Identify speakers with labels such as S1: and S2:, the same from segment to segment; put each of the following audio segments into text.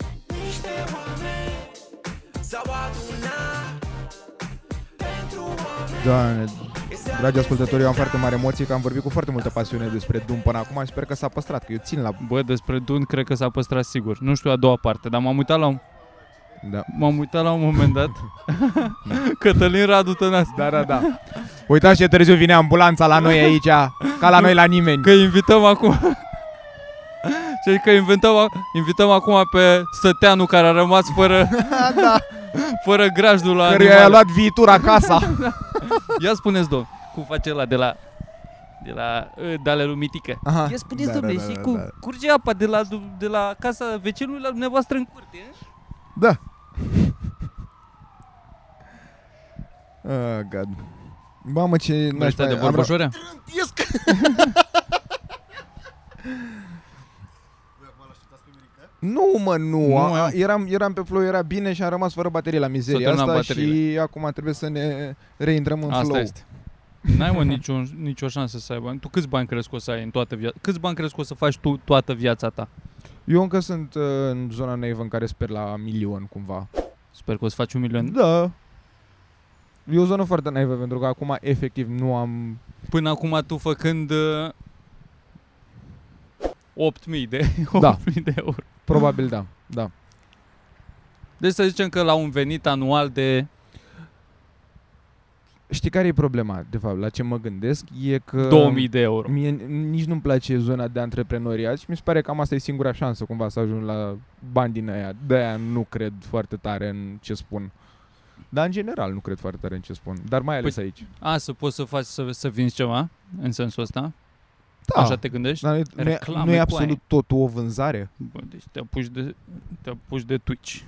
S1: de oameni S-au adunat pentru oameni
S2: Doamne,
S1: Este
S2: dragi ascultători, eu am
S1: amestecat.
S2: foarte mari emoții că am vorbit cu foarte multă pasiune despre Doom până acum și sper că s-a păstrat, că eu țin la...
S3: Bă, despre Dun cred că s-a păstrat sigur. Nu știu a doua parte, dar m-am uitat la un,
S2: Da.
S3: m-am uitat la un moment dat. Cătălin Radu Tănase.
S2: Da, da, da. Uitați ce târziu vine ambulanța la noi aici, ca la noi la nimeni.
S3: Că invităm acum... Și că inventăm, a- invităm acum pe Săteanu care a rămas fără,
S2: da,
S3: fără grajdul la
S2: căruia i-a
S3: animale.
S2: luat viitura casa.
S3: Ia spuneți, domn, cum face la de la de la uh, de ale lui Mitică.
S2: Aha.
S3: Ia spuneți,
S2: Da,
S3: domne,
S2: da, da,
S3: și
S2: da,
S3: cum
S2: da.
S3: curge apa de la, du- de la casa vecinului la dumneavoastră în curte, eh?
S2: Da. Oh, God. Mamă, ce... n-aș
S4: Ăștia
S2: mai-
S4: de
S2: am ra-
S4: borboșoarea?
S2: Nu, mă, nu.
S4: Nu,
S2: a,
S4: a-
S2: a, eram, eram pe flow, era bine și am rămas fără baterie la mizeria
S4: S-au
S2: asta
S4: terminat
S2: și
S4: bateriile.
S2: acum trebuie să ne reintrăm în
S4: Asta
S2: flow.
S4: este.
S3: N-ai mă nicio, nicio șansă să ai bani. Tu câți bani crezi că o să ai în toată viața? Câți bani crezi că o să faci tu toată viața ta?
S2: Eu încă sunt uh, în zona naivă în care sper la milion cumva.
S3: Sper că o să faci un milion.
S2: Da. E o zonă foarte naivă pentru că acum efectiv nu am...
S3: Până acum tu făcând uh, 8.000 de, 8.000
S2: Da.
S3: de euro.
S2: Probabil da, da.
S3: Deci să zicem că la un venit anual de
S2: Știi care e problema, de fapt, la ce mă gândesc? E că...
S3: 2.000 de euro.
S2: Mie nici nu-mi place zona de antreprenoriat și mi se pare că am asta e singura șansă cumva să ajung la bani din aia. De-aia nu cred foarte tare în ce spun. Dar în general nu cred foarte tare în ce spun. Dar mai ales
S3: Păi-
S2: aici.
S3: A, să poți să faci să, să vinzi ceva în sensul ăsta?
S2: Da.
S3: Așa te gândești?
S2: Dar nu e- nu e,
S3: reclame
S2: nu e
S3: cu
S2: absolut
S3: aia.
S2: totul o vânzare?
S3: Bă, deci te apuci de, te apuci de Twitch.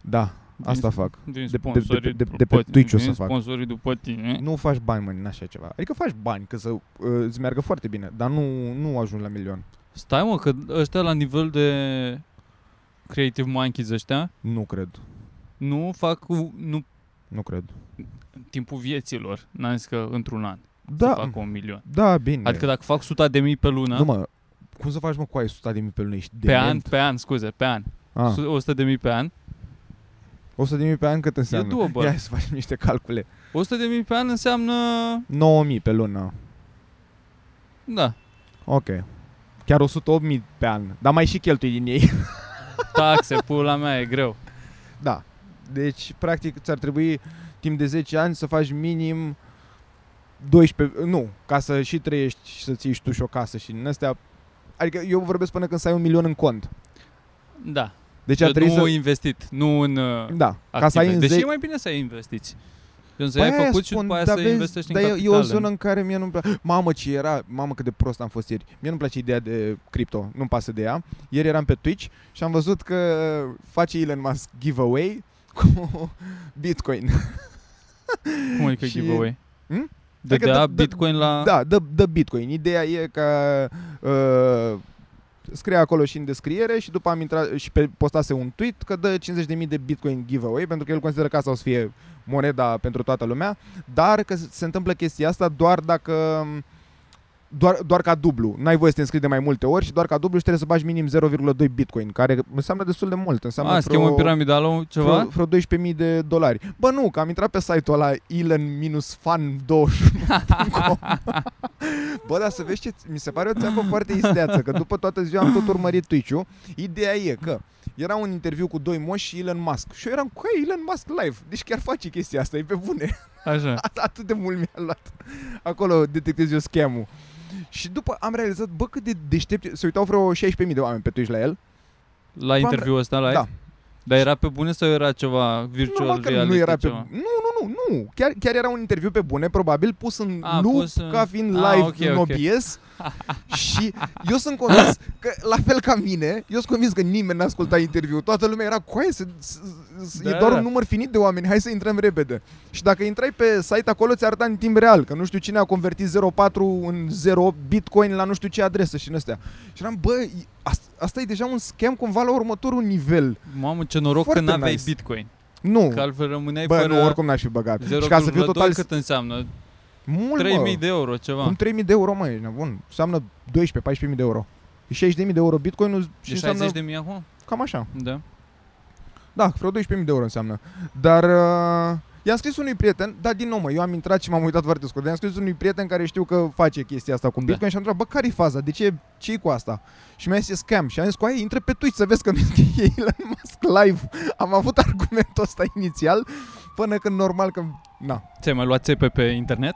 S2: Da, asta
S3: Din-
S2: fac.
S3: Din
S2: de- de-
S3: sponsorii
S2: de- de-
S3: după
S2: de pe
S3: tine,
S2: Twitch o
S3: din
S2: să fac.
S3: sponsorii după tine.
S2: Nu faci bani, mă, în așa ceva. Adică faci bani, că să uh, îți meargă foarte bine, dar nu, nu ajungi la milion.
S3: Stai mă, că ăștia la nivel de Creative Monkeys ăștia
S2: Nu cred.
S3: nu fac cu- nu
S2: Nu cred.
S3: în timpul vieților. N-am zis că într-un an să
S2: Da,
S3: fac un milion.
S2: da, bine.
S3: Adică dacă fac 100 de mii pe lună,
S2: Nu, mă, cum să faci, mă, cu ai 100 de mii pe lună? Ești
S3: pe an,
S2: dement?
S3: pe an, scuze, pe an.
S2: Ah.
S3: 100 de mii pe an.
S2: 100 de mii pe an cât înseamnă?
S3: două, bă.
S2: Ia să facem niște calcule.
S3: 100 de mii pe an înseamnă,
S2: 9 mii pe lună.
S3: da,
S2: Ok. Chiar 108 mii pe an. Dar mai și cheltui din ei.
S3: taxe, pula mea, e greu.
S2: da. Deci, practic, ți-ar trebui timp de 10 ani să faci minim 12, nu, ca să și trăiești și să ții și tu și o casă și din astea. Adică eu vorbesc până când să ai un milion în cont.
S3: Da,
S2: Deci ar
S3: deci
S2: trebui
S3: nu
S2: să...
S3: investit, nu în uh,
S2: Da, ca să ai
S3: active.
S2: în
S3: Deși
S2: 10
S3: e mai bine să ai investiți. Gen să
S2: Păi
S3: ai
S2: aia
S3: făcut și după aia
S2: dar
S3: să
S2: vezi,
S3: investești
S2: dar
S3: în
S2: e-
S3: capital.
S2: E o zonă în care mie nu-mi place. Mamă, ce era, mamă cât de prost am fost ieri. Mie nu-mi place ideea de cripto, nu-mi pasă de ea. Ieri eram pe Twitch și am văzut că face Elon Musk giveaway cu Bitcoin.
S3: Cum adică
S2: și-
S3: giveaway?
S2: Hmm?
S3: De
S2: Adică
S3: da
S2: dă- dă-
S3: Bitcoin la...
S2: Da, dă, dă Bitcoin. Ideea e că uh, scrie acolo și în descriere și după am intrat și pe, postase un tweet că dă 50.000 de Bitcoin giveaway pentru că el consideră că asta o să fie moneda pentru toată lumea, dar că se întâmplă chestia asta doar dacă doar, doar ca dublu. N-ai voie să te înscrii de mai multe ori și doar ca dublu și trebuie să bagi minim 0,2 Bitcoin, care înseamnă destul de mult. Înseamnă
S3: A,
S2: vreo-
S3: schemă piramidală, ceva?
S2: Vreo, vreo 12.000 de dolari. Bă, nu, că am intrat pe site-ul ăla elon-fan21.com Bă, dar să vezi ce... Mi se pare o țeapă foarte isteață, că după toată ziua am tot urmărit Twitch-ul. Ideea e că era un interviu cu doi moși și Elon Musk. Și eu eram cu "Hai, Elon Musk live. Deci chiar face chestia asta, e pe bune.
S3: Așa.
S2: Atât de mult mi-a luat. Acolo detectez eu scamul. Și după am realizat, bă, cât de deștept... Se uitau vreo 16.000 de oameni pe Twitch la el.
S3: La interviul ăsta live?
S2: Da.
S3: Dar era pe bune sau era ceva
S2: Nu,
S3: virtual
S2: mă, că
S3: reality
S2: nu era pe...
S3: ceva?
S2: Nu, nu, nu, nu. Chiar, chiar era un interviu pe bune, probabil, pus în
S3: A,
S2: loop,
S3: pus în-
S2: ca fiind
S3: A,
S2: live
S3: ok,
S2: în
S3: ok.
S2: OBS. și eu sunt convins că, la fel ca mine, eu sunt convins că nimeni n-a ascultat interviul. Toată lumea era cu aia, se, s- s- e
S3: Da,
S2: doar
S3: da.
S2: un număr finit de oameni, hai să intrăm repede. Și dacă intrai pe site acolo, ți arăta în timp real, că nu știu cine a convertit 04 în 08 bitcoin la nu știu ce adresă și în astea. Și eram, bă, e- asta, asta e deja un scam cumva la următorul nivel.
S3: Mamă, ce noroc
S2: Foarte
S3: că n-aveai
S2: nice.
S3: Bitcoin.
S2: Nu.
S3: Că altfel rămâneai
S2: Bă,
S3: fără
S2: nu, oricum n-aș fi băgat.
S3: 0,2
S2: Și ca să fiu total...
S3: cât înseamnă?
S2: Mult,
S3: 3000
S2: mă.
S3: de euro ceva.
S2: Cum 3000 de euro, mă, ești nebun. Înseamnă 12-14.000 de euro. E 60.000 de euro bitcoin și
S3: Deci de
S2: înseamnă
S3: 60 de mii acum?
S2: cam așa.
S3: Da.
S2: Da, vreo 12.000 de euro înseamnă. Dar uh, i-am scris unui prieten, dar din nou, mă, eu am intrat și m-am uitat foarte scurt. I-am scris unui prieten care știu că face chestia asta cu
S3: Da.
S2: Bitcoin și am întrebat, bă, care-i faza? De ce ce cu asta? Și mi-a zis, e scam. Și am zis, cu aia, intră pe Twitch să vezi că nu e Elon Musk live. Am avut argumentul ăsta inițial, până când normal că... Na,
S3: Ți-ai mai luat țepe pe internet?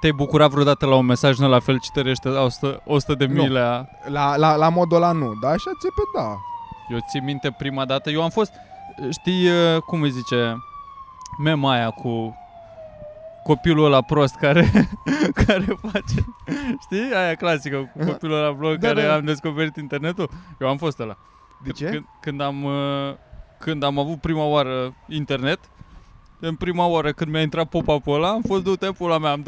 S3: Te-ai bucurat vreodată la un mesaj din la fel citerește la 100, 100 de mii
S2: Nu.
S3: la...
S2: la, la, la modul ăla nu, dar așa țepe da.
S3: Eu țin minte prima dată, eu am fost, știi uh, cum îi zice, mema aia cu copilul ăla prost care, care face, știi, aia clasică, cu copilul ăla blog
S2: Da,
S3: da, care
S2: da.
S3: da. am descoperit internetul, eu am fost ăla.
S2: De ce?
S3: Când, când, am, uh, când am avut prima oară internet, în prima oară când mi-a intrat pop-up-ul ăla, am fost du-te pula mea, am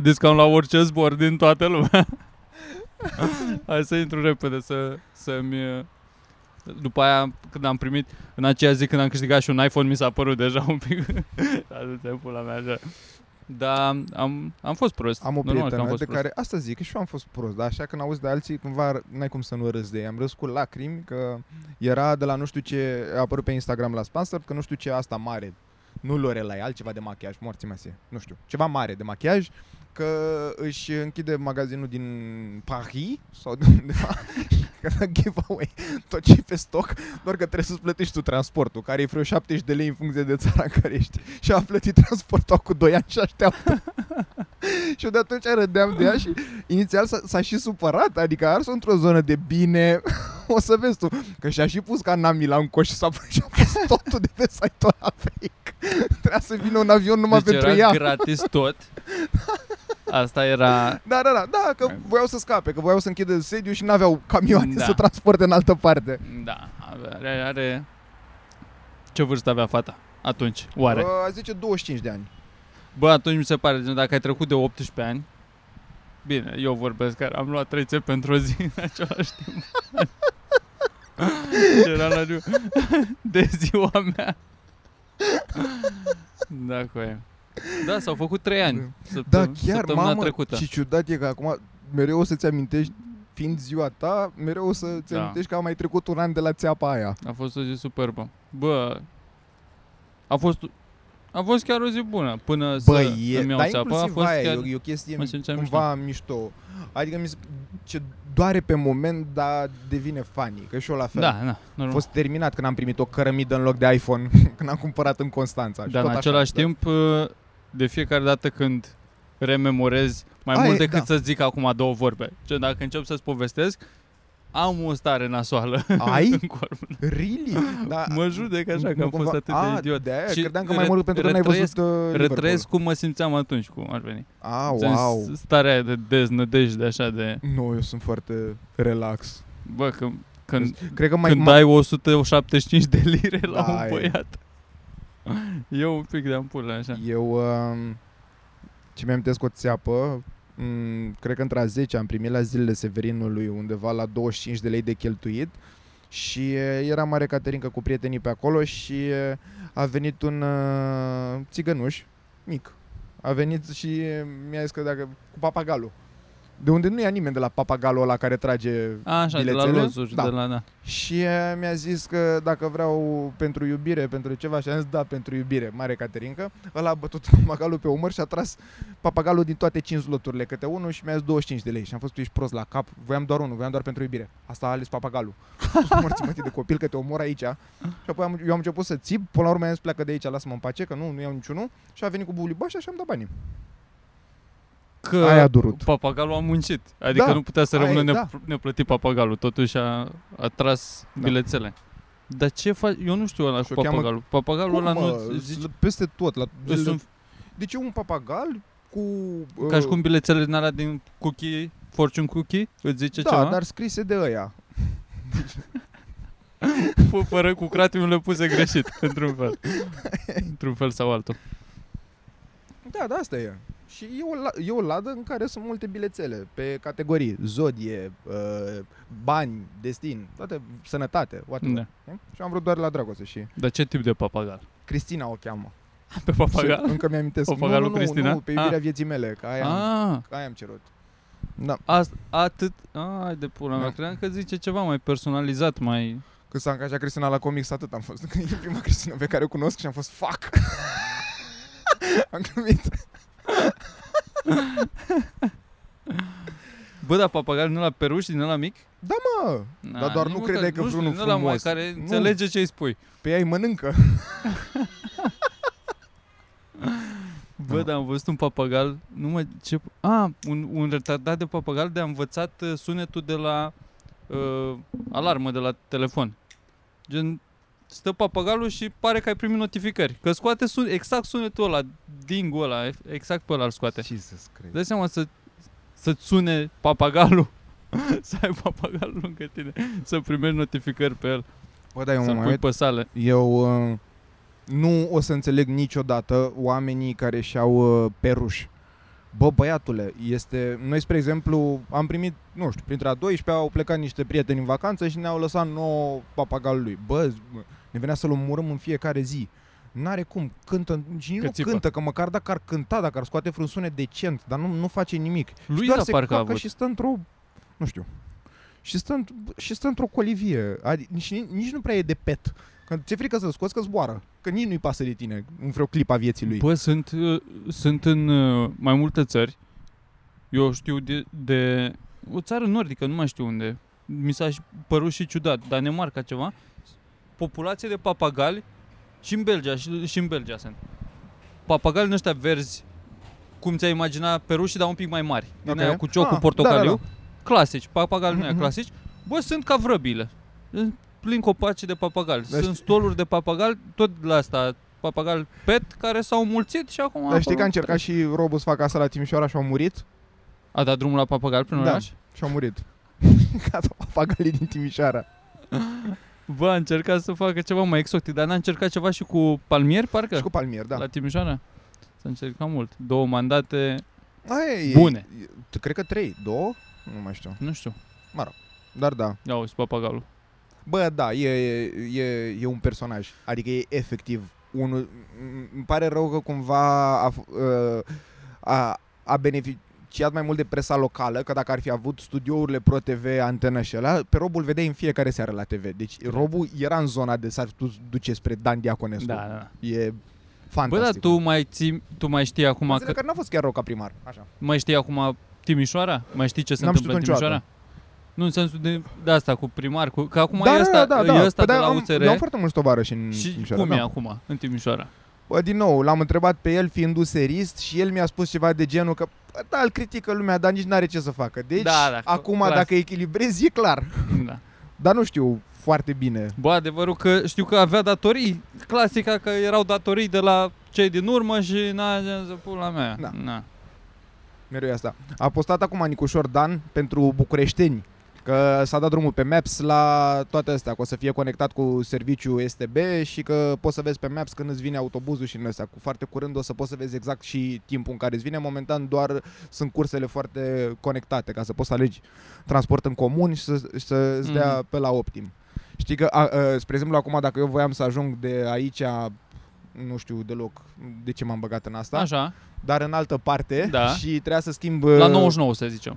S3: 20% discount la orice zbor din toată lumea. Hai să intru repede să, să-mi... uh, După aia, când am primit, în aceea zi când am câștigat și un iPhone, mi s-a părut deja un pic... da, du-te pula mea, așa. Dar am, am fost prost.
S2: Am o
S3: Normal că
S2: prietenă
S3: am fost
S2: de
S3: prost.
S2: care, asta zic, că și eu am fost prost, dar așa când auzi de alții, cumva n-ai cum să nu râzi de ei. Am râs cu lacrimi că era de la nu știu ce, a apărut pe Instagram la sponsor, că nu știu ce asta mare, nu Lorelai, altceva de machiaj, morții mese, nu știu, ceva mare de machiaj, că își închide magazinul din Paris sau de undeva, că da giveaway tot ce e pe stoc, doar că trebuie să-ți plătești tu transportul, care e vreo 70 de lei în funcție de țara în care ești. Și a plătit transportul cu 2 ani și așteaptă. Și eu de atunci râdeam de ea și inițial s-a, s-a și supărat, adică a ars într-o zonă de bine, o să vezi tu, că și-a și pus canamii la un coș și s-a pus, și-a pus totul de pe site-ul ăla fake. Trebuia să vină un avion numai
S3: deci
S2: pentru
S3: era
S2: ea.
S3: gratis tot. Asta era,
S2: da, da, da, da, că voiau să scape, că voiau să închidă sediu și n-aveau camioane
S3: Da.
S2: să transporte în altă parte.
S3: Da, are, are... Ce vârstă avea fata atunci, oare?
S2: Uh, a zice 25 de ani.
S3: Bă, atunci mi se pare, gen, dacă ai trecut de 18 ani, bine, eu vorbesc, care am luat 3 țepe într-o zi în același timp. Deci Era la ziua- de ziua mea. Da, cu aia. Da, s-au făcut 3 ani.
S2: Da,
S3: săptăm-
S2: chiar,
S3: săptămâna
S2: mamă,
S3: trecută.
S2: și ciudat e că acum mereu o să-ți amintești fiind ziua ta, mereu o să-ți
S3: Da.
S2: amintești că a mai trecut un an de la țeapa aia.
S3: A fost o zi superbă. Bă, a fost, a fost chiar o zi bună până
S2: Bă,
S3: să
S2: e,
S3: îmi iau
S2: dar
S3: țeapă. A
S2: inclusiv
S3: fost
S2: aia
S3: chiar...
S2: e, o, e o chestie
S3: mă simțeam
S2: cumva mișto. Adică mi se, ce doare pe moment, dar devine funny, că și eu la fel.
S3: Da, da, normal.
S2: A fost terminat când am primit o cărămidă în loc de iPhone, când am cumpărat în Constanța. și
S3: Dar
S2: tot
S3: în
S2: așa,
S3: același
S2: da.
S3: timp, uh, de fiecare dată când rememorez, mai
S2: A,
S3: mult
S2: e-
S3: decât
S2: da.
S3: să zic acum două vorbe, ce dacă încep să-ți povestesc, am o stare nasoală
S2: Ai?
S3: în corp.
S2: Really? Da,
S3: Mă judec așa
S2: nu
S3: că am
S2: cumva-
S3: fost atât
S2: a,
S3: de idiot.
S2: De aia,
S3: Și
S2: credeam că mai
S3: re-
S2: mult pentru că n-ai văzut
S3: retrăiesc-
S2: uh,
S3: Retrăiesc cum mă simțeam atunci, cum ar veni.
S2: Liverpool. A,
S3: Ți-am zis,
S2: wow.
S3: Starea aia de deznădejde, așa de...
S2: Nu, eu sunt foarte relax.
S3: Bă, că, când,
S2: Cred că mai...
S3: mai când
S2: ma-
S3: dai 175 de lire la
S2: Da,
S3: un
S2: e.
S3: băiat. Eu un pic de ampulă, așa.
S2: Eu, um, ce mi-am o țeapă, um, cred că între a 10 am primit la zilele Severinului undeva la 25 de lei de cheltuit și uh, era mare Caterinca cu prietenii pe acolo și uh, a venit un uh, țigănuș mic. A venit și uh, mi-a zis că dacă... cu papagalul. De unde nu ia nimeni de la papagalul ăla care trage
S3: Așa, de la
S2: Bilețele?
S3: lozuri,
S2: Da.
S3: de la... Da.
S2: și uh, mi-a zis că dacă vreau pentru iubire, pentru ceva, și am zis da, pentru iubire, mare Caterinca, ăla a bătut papagalul pe umăr și a tras papagalul din toate 5 loturile câte unul și mi-a zis 25 de lei. Și am fost, tu ești prost la cap, voiam doar unul, voiam doar pentru iubire. Asta a ales papagalul. Morți mătii de copil că te omor aici. Și apoi am, eu am început să țip, până la urmă i-am zis pleacă de aici, lasă-mă în pace, că nu, nu iau niciunul. Și a venit cu bulibașa și am dat banii.
S3: că
S2: Aia a durut.
S3: papagalul a muncit. Adică
S2: Da,
S3: nu putea să
S2: aia
S3: rămână
S2: e,
S3: ne-
S2: da.
S3: neplătit papagalul. Totuși a, a tras
S2: Da.
S3: bilețele. Dar ce faci? Eu nu știu ăla cu
S2: Și o cheamă-
S3: papagalul. Papagalul ăla nu...
S2: mă,
S3: Zici,
S2: peste tot. La,
S3: eu sunt
S2: de ce un papagal cu... uh,
S3: ca și cum bilețele din alea din cookie, fortune cookie, îți zice
S2: da,
S3: ceva?
S2: dar scrise de ăia.
S3: Fă- Fără cu cratimurile puse greșit, într-un fel. într-un fel sau altul.
S2: Da, da, asta e. Și e o, la- e o ladă în care sunt multe bilețele pe categorii. Zodie, uh, bani, destin, toate, sănătate, whatever.
S3: Da.
S2: știi? Și am vrut doar la dragoste și
S3: Dar ce tip de papagal?
S2: Cristina o cheamă.
S3: Pe
S2: Și
S3: papagal?
S2: încă mi-amintesc. Nu,
S3: Papagalul
S2: nu, nu,
S3: Cristina?
S2: Nu, pe iubirea vieții mele, că aia, am,
S3: Ah,
S2: că aia am cerut. Da,
S3: a, atât. Ai de pula mea,
S2: Da.
S3: credeam că zice ceva mai personalizat, mai...
S2: Când s-a angajat Cristina la comics, atât am fost. Că e prima Cristina pe care o cunosc și am fost, fuck! am glumit.
S3: Bă, dar papagal nu la peruș din ăla mic?
S2: Mă,
S3: Na,
S2: Dar doar
S3: nici
S2: nu
S3: măcar-
S2: credeai că
S3: nu știu,
S2: vreunul
S3: din ăla mai
S2: frumos.
S3: care
S2: Nu.
S3: înțelege ce îi spui.
S2: pe ea îi Păi, mănâncă.
S3: Bă,
S2: Da.
S3: dar am văzut un papagal, nu mă, ce... A, un, un retardat de papagal de-a învățat uh, sunetul de la uh, alarmă de la telefon. Gen, stă papagalul și pare că ai primit notificări. Că scoate sun, exact sunetul ăla, dingul ăla, exact pe ăla îl scoate.
S2: Jesus Christ.
S3: Dai seama să, să-ți sune papagalul, să ai papagalul lângă tine, să primești notificări pe el,
S2: Bă, dai un
S3: să-l pui
S2: moment.
S3: pe sală.
S2: Eu uh, nu o să înțeleg niciodată oamenii care și-au uh, peruș. Bă, băiatule, este... Noi, spre exemplu, am primit, nu știu, printre a 12 au plecat niște prieteni în vacanță și ne-au lăsat nouă papagalul lui. Bă, z- ne venea să-l omorâm în fiecare zi. N-are cum, cântă, și nici
S3: Că
S2: nu
S3: țipă.
S2: cântă, că măcar dacă ar cânta, dacă ar scoate vreun sunet decent, dar nu, nu face nimic.
S3: Lui
S2: și doar
S3: da,
S2: se
S3: parcă a
S2: cacă
S3: avut.
S2: și stă într-o, nu știu, și stă, într- și stă într-o colivie. Adi, nici, nici nu prea e de pet. Că ți-e frică să-l scoți că zboară. Că nici nu-i pasă de tine în vreo clipă a vieții lui.
S3: Bă, sunt, uh, sunt în uh, mai multe țări. Eu știu de, de o țară nordică, nu mai știu unde. Mi s-a și- părut și ciudat, Danemarca ceva. Populație de papagali și în Belgia, și, și în Belgia sunt. Papagali din ăștia verzi, cum ți-ai imagina perușii, dar un pic mai mari. Din
S2: Ok.
S3: aia cu ciocul
S2: Ah,
S3: portocaliu.
S2: da, da,
S3: Clasici, papagali din aia
S2: Mhm.
S3: clasici. Bă, sunt ca vrăbile. Sunt Plin copaci de papagali.
S2: Dar
S3: Sunt stoluri de papagali, tot la asta, papagal pet, care s-au mulțit și acum...
S2: Dar știi că a
S3: acolo-
S2: încercat și Robu să facă asta la Timișoara și au murit?
S3: A dat drumul la papagal prin
S2: Da.
S3: oraș?
S2: Și au murit. Gata, papagalii din Timișoara.
S3: Bă, a încercat să facă ceva mai exotic, dar n-a încercat ceva și cu palmieri, parcă?
S2: Și cu palmier, da.
S3: La Timișoara? S-a încercat mult. Două mandate,
S2: Aia e-
S3: Bune.
S2: e- Cred că trei, două? Nu mai știu.
S3: nu știu.
S2: Dar da.
S3: Ia uite papagalul.
S2: Bă, da, e, e, e, e un personaj. Adică e efectiv unul... m- Îmi pare rău că cumva a, f- uh, a, a beneficiat mai mult de presa locală, că dacă ar fi avut studiourile Pro TV, antenă și ăla, pe Robul vedeai în fiecare seară la TV. Deci Robul era în zona de s-ar tu duce spre Dan Diaconescu.
S3: Exact. Da, da, da.
S2: E
S3: Bă, dar
S2: fantastic.
S3: tu mai, ții, tu mai știi acum
S2: Înțeleg
S3: că,
S2: că n-a fost chiar rău ca primar. Așa.
S3: mai știi acum Timișoara? Mai știi ce se
S2: N-am
S3: întâmplă în
S2: știut
S3: Timișoara?
S2: niciodată.
S3: Nu în sensul de, de asta cu primar, cu, că acum
S2: da,
S3: e asta,
S2: da, da, da.
S3: e asta
S2: Păi
S3: de la
S2: am,
S3: USR.
S2: Eu am foarte mulți tovarăși în
S3: și
S2: Timișoara,
S3: cum
S2: da.
S3: e acum în Timișoara?
S2: Bă, din nou, l-am întrebat pe el fiind userist și el mi-a spus ceva de genul că bă, da, îl critică lumea, dar nici n-are ce să facă. Deci,
S3: Da, da,
S2: acum
S3: clar.
S2: dacă echilibrezi, e clar.
S3: Da.
S2: Dar nu știu foarte bine.
S3: Bă, adevărul că știu că avea datorii. Clasica că erau datorii de la cei din urmă și na, să pula mea.
S2: Da.
S3: Na.
S2: Mereu e asta. A postat acum Nicușor Dan pentru bucureșteni că s-a dat drumul pe Maps la toate astea, că o să fie conectat cu serviciu STB și că poți să vezi pe Maps când îți vine autobuzul și în astea. Cu foarte curând o să poți să vezi exact și timpul în care îți vine. Momentan doar sunt cursele foarte conectate ca să poți să alegi transport în comun și să, și să îți dea
S3: Mhm.
S2: pe la optim. Știi că, a, a, spre exemplu, acum dacă eu voiam să ajung de aici, nu știu deloc de ce m-am băgat în asta,
S3: Așa,
S2: dar în altă parte
S3: Da.
S2: și trebuia să schimb...
S3: la
S2: uh,
S3: 99 să zicem.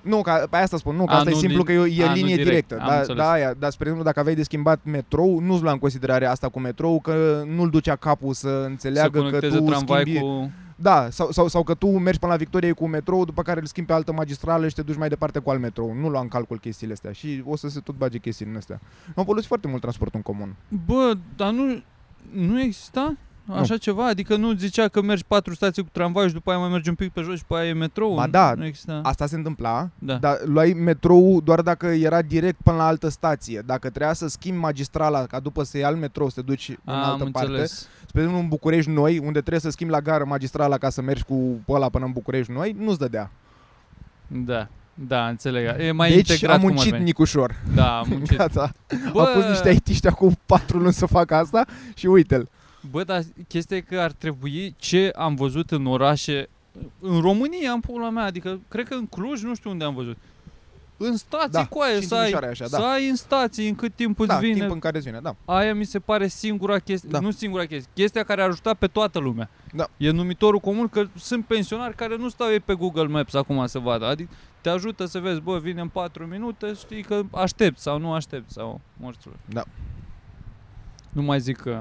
S2: Nu, ca, pe asta spun, nu, că
S3: A,
S2: asta e
S3: nu
S2: simplu
S3: din-
S2: că e, o- e
S3: a, nu
S2: linie
S3: direct,
S2: directă.
S3: am
S2: Da,
S3: înțeles.
S2: da, aia, dar spre exemplu, dacă aveai de schimbat metrou, nu-ți lua în considerare asta cu metrou, că nu-l ducea capul să
S3: Să
S2: înțeleagă că
S3: conecteze
S2: tu
S3: tramvai
S2: schimbi...
S3: cu...
S2: Da, sau, sau, sau, că tu mergi până la Victorie cu metrou, după care îl schimbi pe altă magistrală și te duci mai departe cu alt metrou. Nu lua în calcul chestiile astea și o să se tot bage chestiile în astea. Am folosit foarte mult transportul în comun.
S3: Bă, dar nu, nu exista așa ceva? Adică nu zicea că mergi patru stații cu tramvai și după aia mai mergi un pic pe jos și după aia e metrou?
S2: Ba da.
S3: Nu exista?
S2: Asta se întâmpla,
S3: da.
S2: Dar luai metrou doar dacă era direct până la altă stație. Dacă trebuia să schimbi magistrala, ca după să iei alt metrou să te duci în
S3: Am
S2: altă parte.
S3: înțeles.
S2: Spre exemplu, în București Noi, unde trebuie să schimbi la gară magistrala ca să mergi cu ăla până în București Noi, nu-ți dădea.
S3: Da. Da, înțeleg. E mai
S2: deci
S3: integrat
S2: am
S3: cum ar
S2: muncit
S3: veni.
S2: Nicușor.
S3: Da, am muncit.
S2: Gata.
S3: Bă,
S2: Au pus niște aitiști acum patru luni să facă asta și uite-l.
S3: Bă, dar chestia e că ar trebui ce am văzut în orașe, în România, în pula mea, adică cred că în Cluj, nu știu unde am văzut. în stații
S2: Da,
S3: da, cu aia,
S2: și în
S3: să ai,
S2: Timișoara e așa, da.
S3: să ai în stații în cât timp îți
S2: da,
S3: vine.
S2: timp în care îți vine, da.
S3: Aia mi se pare singura chestie,
S2: Da.
S3: da. nu singura chestie, chestia care a ajutat pe toată lumea.
S2: Da.
S3: E numitorul comun că sunt pensionari care nu stau ei pe Google Maps acum să vadă. Adică te ajută să vezi, bă, vine în 4 minute, știi că aștept sau nu aștept sau morților.
S2: Da.
S3: Nu mai zic că...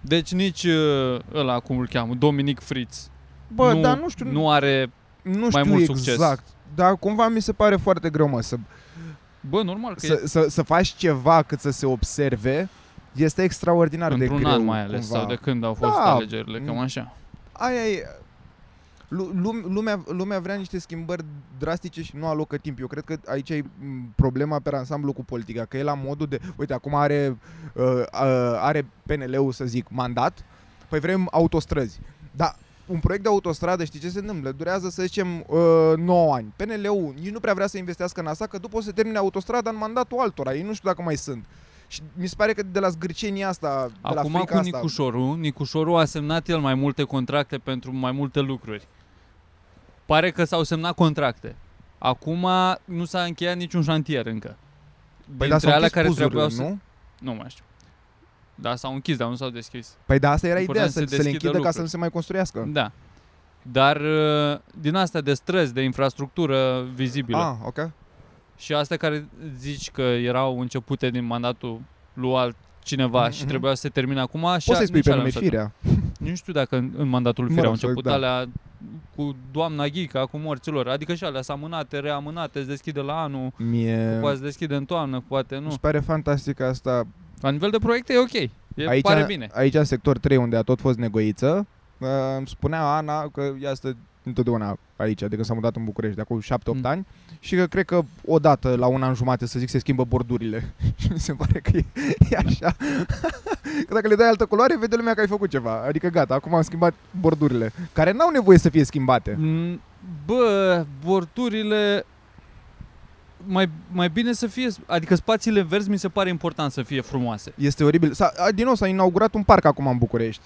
S3: Deci nici uh, ăla, cum îl cheamă, Dominic Fritz.
S2: Bă, dar nu știu,
S3: Nu are...
S2: nu știu
S3: mai mult
S2: exact,
S3: succes.
S2: dar cumva mi se pare foarte greu, mă, să,
S3: Bă, normal că e
S2: să, să, să faci ceva cât să se observe, este extraordinar de
S3: într-un
S2: greu.
S3: an mai ales,
S2: cumva.
S3: sau de când au fost
S2: Da.
S3: alegerile, cam așa.
S2: Aia e... Lu- lum- Lumea, lumea vrea niște schimbări drastice și nu alocă timp. Eu cred că aici e m, problema pe ansamblu cu politica, că e la modul de... Uite, acum are, uh, uh, are PNL-ul, să zic, mandat, păi vrem autostrăzi. Dar un proiect de autostradă, știi ce se întâmplă? Durează, să zicem, uh, 9 ani. PNL-ul nici nu prea vrea să investească în asta, că după o să termine autostrada în mandatul altora. Ei nu știu dacă mai sunt. Și mi se pare că de la zgârcenia asta, de la
S3: Acum
S2: frica
S3: cu
S2: asta...
S3: Nicușorul, Nicușorul a semnat el mai multe contracte pentru mai multe lucruri. Pare că s-au semnat contracte. Acum nu s-a încheiat niciun șantier încă.
S2: Păi da,
S3: dintre
S2: s-au
S3: alea
S2: închis
S3: care
S2: puzurile,
S3: trebuiau să-
S2: nu?
S3: Nu mai știu. Da, s-au închis, dar nu s-au deschis.
S2: Păi da, asta era
S3: Important
S2: ideea, să,
S3: să
S2: să le
S3: deschidă
S2: închidă ca
S3: lucruri.
S2: să nu se mai construiască.
S3: Da. Dar uh, din astea de străzi, de infrastructură vizibilă
S2: Ah, ok.
S3: și astea care zici că erau începute din mandatul lui altcineva
S2: Mhm,
S3: și
S2: mhm.
S3: trebuia să se termine acum și
S2: Poți
S3: a-
S2: să-i spui
S3: nici
S2: pe
S3: alea
S2: nume
S3: nu s-au
S2: firea.
S3: Nu știu dacă în, în mandatul
S2: Mă
S3: lui Firea au
S2: rog,
S3: început
S2: da.
S3: alea cu doamna Ghica, cu morților. Adică și alea s amânate, reamânate, se deschide la anul,
S2: Mie...
S3: poate se deschide în toamnă, poate nu.
S2: Îmi pare fantastic asta.
S3: La nivel de proiecte e ok. E,
S2: aici,
S3: pare bine.
S2: aici, în sector 3, unde a tot fost negoiță, uh, îmi spunea Ana că ea stă întotdeauna aici, de când s-a mutat în București, de acum 7-8
S3: Mm.
S2: ani, și că cred că odată, la un an jumate, să zic, se schimbă bordurile. și mi se pare că e, e așa. că dacă le dai altă culoare, vede lumea că ai făcut ceva. Adică gata, acum am schimbat bordurile, care n-au nevoie să fie schimbate.
S3: Mm, Bă, borturile mai, mai bine să fie, adică spațiile verzi mi se pare important să fie frumoase.
S2: Este oribil. S-a, a, din nou s-a inaugurat un parc acum în București.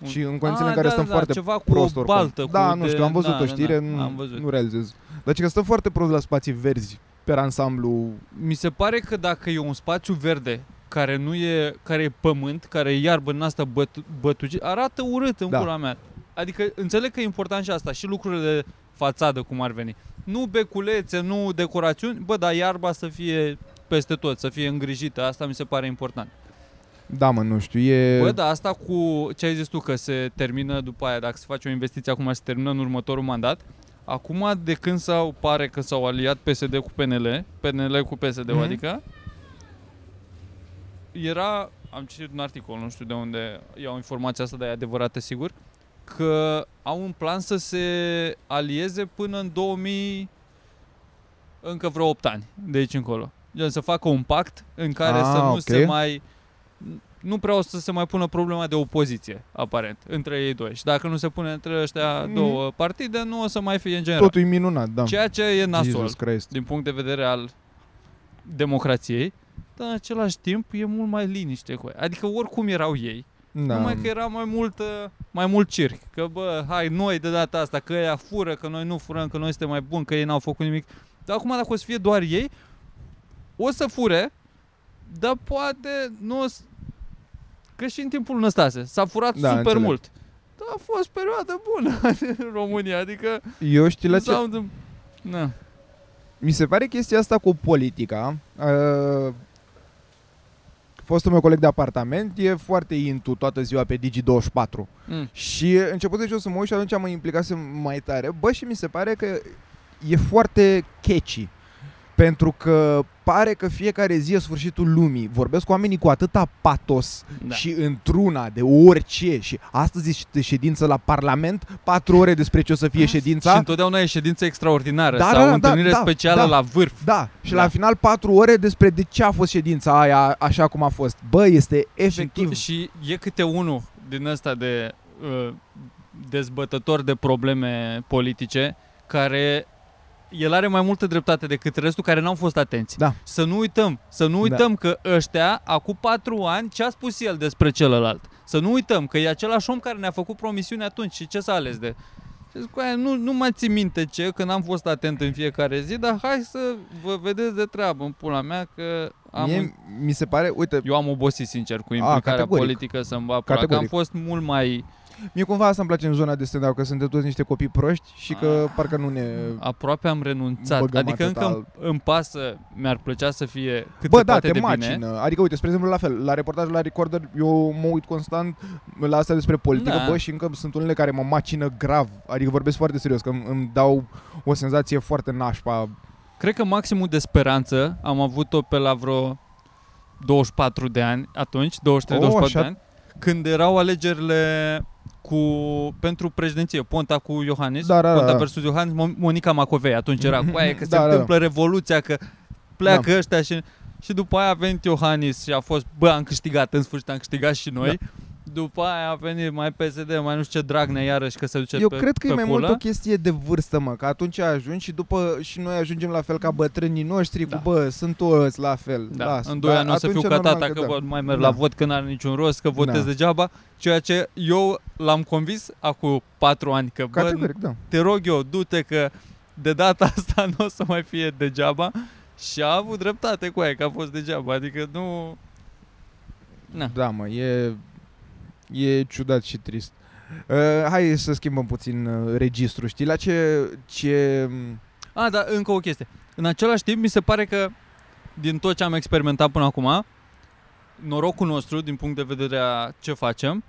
S3: Un-
S2: Și în condițiile în
S3: Ah,
S2: care
S3: da,
S2: stăm
S3: da,
S2: foarte
S3: ceva cu
S2: prost
S3: o
S2: oricum.
S3: baltă,
S2: da,
S3: cu
S2: nu
S3: de-
S2: știu, am văzut
S3: da,
S2: o
S3: da,
S2: știre,
S3: da,
S2: nu,
S3: am văzut.
S2: nu realizez. Dar ce că stă foarte prost la spații verzi, pe ansamblu.
S3: Mi se pare că dacă e un spațiu verde care nu e, care e pământ, care e iarbă în asta bătu- bătuci, arată urât în
S2: Da.
S3: da. pula mea. Adică înțeleg că e important și asta, și lucrurile de fațadă cum ar veni. Nu beculețe, nu decorațiuni, bă, dar iarba să fie peste tot, să fie îngrijită, asta mi se pare important.
S2: Da, mă, nu știu, e...
S3: Bă, da, dar asta cu ce ai zis tu, că se termină după aia, dacă se face o investiție acum, se termină în următorul mandat. Acum, de când s-au, pare că s-au aliat PSD cu PNL, PNL cu PSD, mm-hmm.
S2: Mhm.
S3: adică, era, am citit un articol, nu știu de unde iau informația asta, dar e adevărată, sigur, că au un plan să se alieze până în 2000, încă vreo 8 ani, de aici încolo. Gen, să facă un pact în care
S2: Ah,
S3: să nu
S2: ok.
S3: se mai... Nu prea o să se mai pună problema de opoziție, aparent, între ei doi. Și dacă nu se pune între ăștia
S2: Mhm.
S3: două partide, nu o să mai fie în general.
S2: Totul e minunat, da.
S3: Ceea ce e nasol
S2: Jesus Christ.
S3: din punct de vedere al democrației, dar în același timp e mult mai liniște cu ei. Adică oricum erau ei,
S2: Da.
S3: da. numai că era mai mult, uh, mai mult circ. Că bă, hai noi de data asta, că ea fură, că noi nu furăm, că noi suntem mai buni, că ei n-au făcut nimic. Dar acum dacă o să fie doar ei, o să fure, dar poate nu o să... Că și în timpul Năstase s-a furat
S2: Da,
S3: da, super
S2: înțeleg.
S3: mult. Dar a fost perioadă bună în România, adică...
S2: Eu știi la
S3: nu
S2: ce...
S3: s-au întâmpl- Na.
S2: Mi se pare chestia asta cu politica. Uh, fostul meu coleg de apartament e foarte intu toată ziua pe Digi24.
S3: Mm.
S2: Și început și eu să mă uit și atunci mă implicasem mai tare. Bă, și mi se pare că e foarte catchy. Pentru că pare că fiecare zi e sfârșitul lumii. Vorbesc cu oamenii cu atâta patos da.
S3: Da.
S2: și într-una de orice. Și astăzi este ședință la Parlament, patru ore despre ce o să fie ședința.
S3: Și întotdeauna e ședință extraordinară
S2: Da,
S3: da, sau
S2: da,
S3: da,
S2: da,
S3: întâlnire
S2: da,
S3: specială
S2: da.
S3: la vârf.
S2: Da, și
S3: Da.
S2: la final 4 ore despre de ce a fost ședința aia așa cum a fost. Bă, este efectiv.
S3: Și, și e câte unul din ăsta de uh, dezbătător de probleme politice care el are mai multă dreptate decât restul care n-au fost atenți.
S2: Da.
S3: Să nu uităm, să nu uităm că ăștia, acum patru ani, ce a spus el despre celălalt? Să nu uităm că e același om care ne-a făcut promisiune atunci și ce s-a ales de? Și zic, "Coaie, nu, nu mai țin minte ce, când am fost atent în fiecare zi, dar hai să vă vedeți de treabă în pula mea că am...
S2: Mie, mi se pare, uite,
S3: Eu am obosit, sincer, cu implicarea
S2: categoric.
S3: politică să-mi va pula, că am
S2: Categoric.
S3: fost mult mai
S2: mie cumva asta îmi place în zona de stand-up, că suntem toți niște copii proști și că
S3: Ah.
S2: parcă nu ne...
S3: aproape am renunțat.
S2: Băgăm
S3: adică încă
S2: atâta-
S3: îmi, îmi pasă, mi-ar plăcea să fie cât
S2: Bă,
S3: se
S2: da,
S3: poate
S2: te
S3: de
S2: macină.
S3: bine.
S2: Adică, uite, spre exemplu, la fel, la reportajul la Recorder, eu mă uit constant la asta despre politică,
S3: Da.
S2: bă, și încă sunt unele care mă macină grav. Adică vorbesc foarte serios, că îmi, îmi dau o senzație foarte nașpa.
S3: Cred că maximul de speranță am avut-o pe la vreo 24 de ani atunci, 23-24
S2: O,
S3: de
S2: Oh, așa.
S3: ani, când erau alegerile cu, pentru președinție, Ponta cu Iohannis,
S2: Da, da, da,
S3: Ponta
S2: da.
S3: versus Iohannis, Mo- Monica Macovei, atunci era cu aia că se
S2: Da, da, da.
S3: întâmplă revoluția, că pleacă da. ăștia și... Și după aia a venit Iohannis și a fost, bă, am câștigat, în sfârșit am câștigat și noi. Da. După aia a venit mai PSD, mai nu știu ce Dragnea iarăși că se duce
S2: eu
S3: pe
S2: cred că
S3: pe
S2: e mai
S3: pulă.
S2: mult o chestie de vârstă, mă, că atunci ajungi și după și noi ajungem la fel ca bătrânii noștri,
S3: Mm. Da.
S2: da. cu bă, sunt toți la fel.
S3: Da,
S2: las.
S3: în 2
S2: Dar
S3: ani o să
S2: atunci
S3: fiu ca
S2: normal
S3: tata că, bă, nu mai merg la
S2: Da.
S3: vot că n-are niciun rost, că votez
S2: Da.
S3: degeaba, ceea ce eu l-am convins acum 4 ani că, bă,
S2: Categoric, da.
S3: te rog eu, du-te că de data asta nu o să mai fie degeaba și a avut dreptate cu aia că a fost degeaba, adică nu...
S2: Da, mă, e, e ciudat și trist. Uh, hai să schimbăm puțin uh, registru, știi? La ce... ce
S3: A, da, încă o chestie. În același timp, mi se pare că din tot ce am experimentat până acum, norocul nostru, din punct de vedere a ce facem,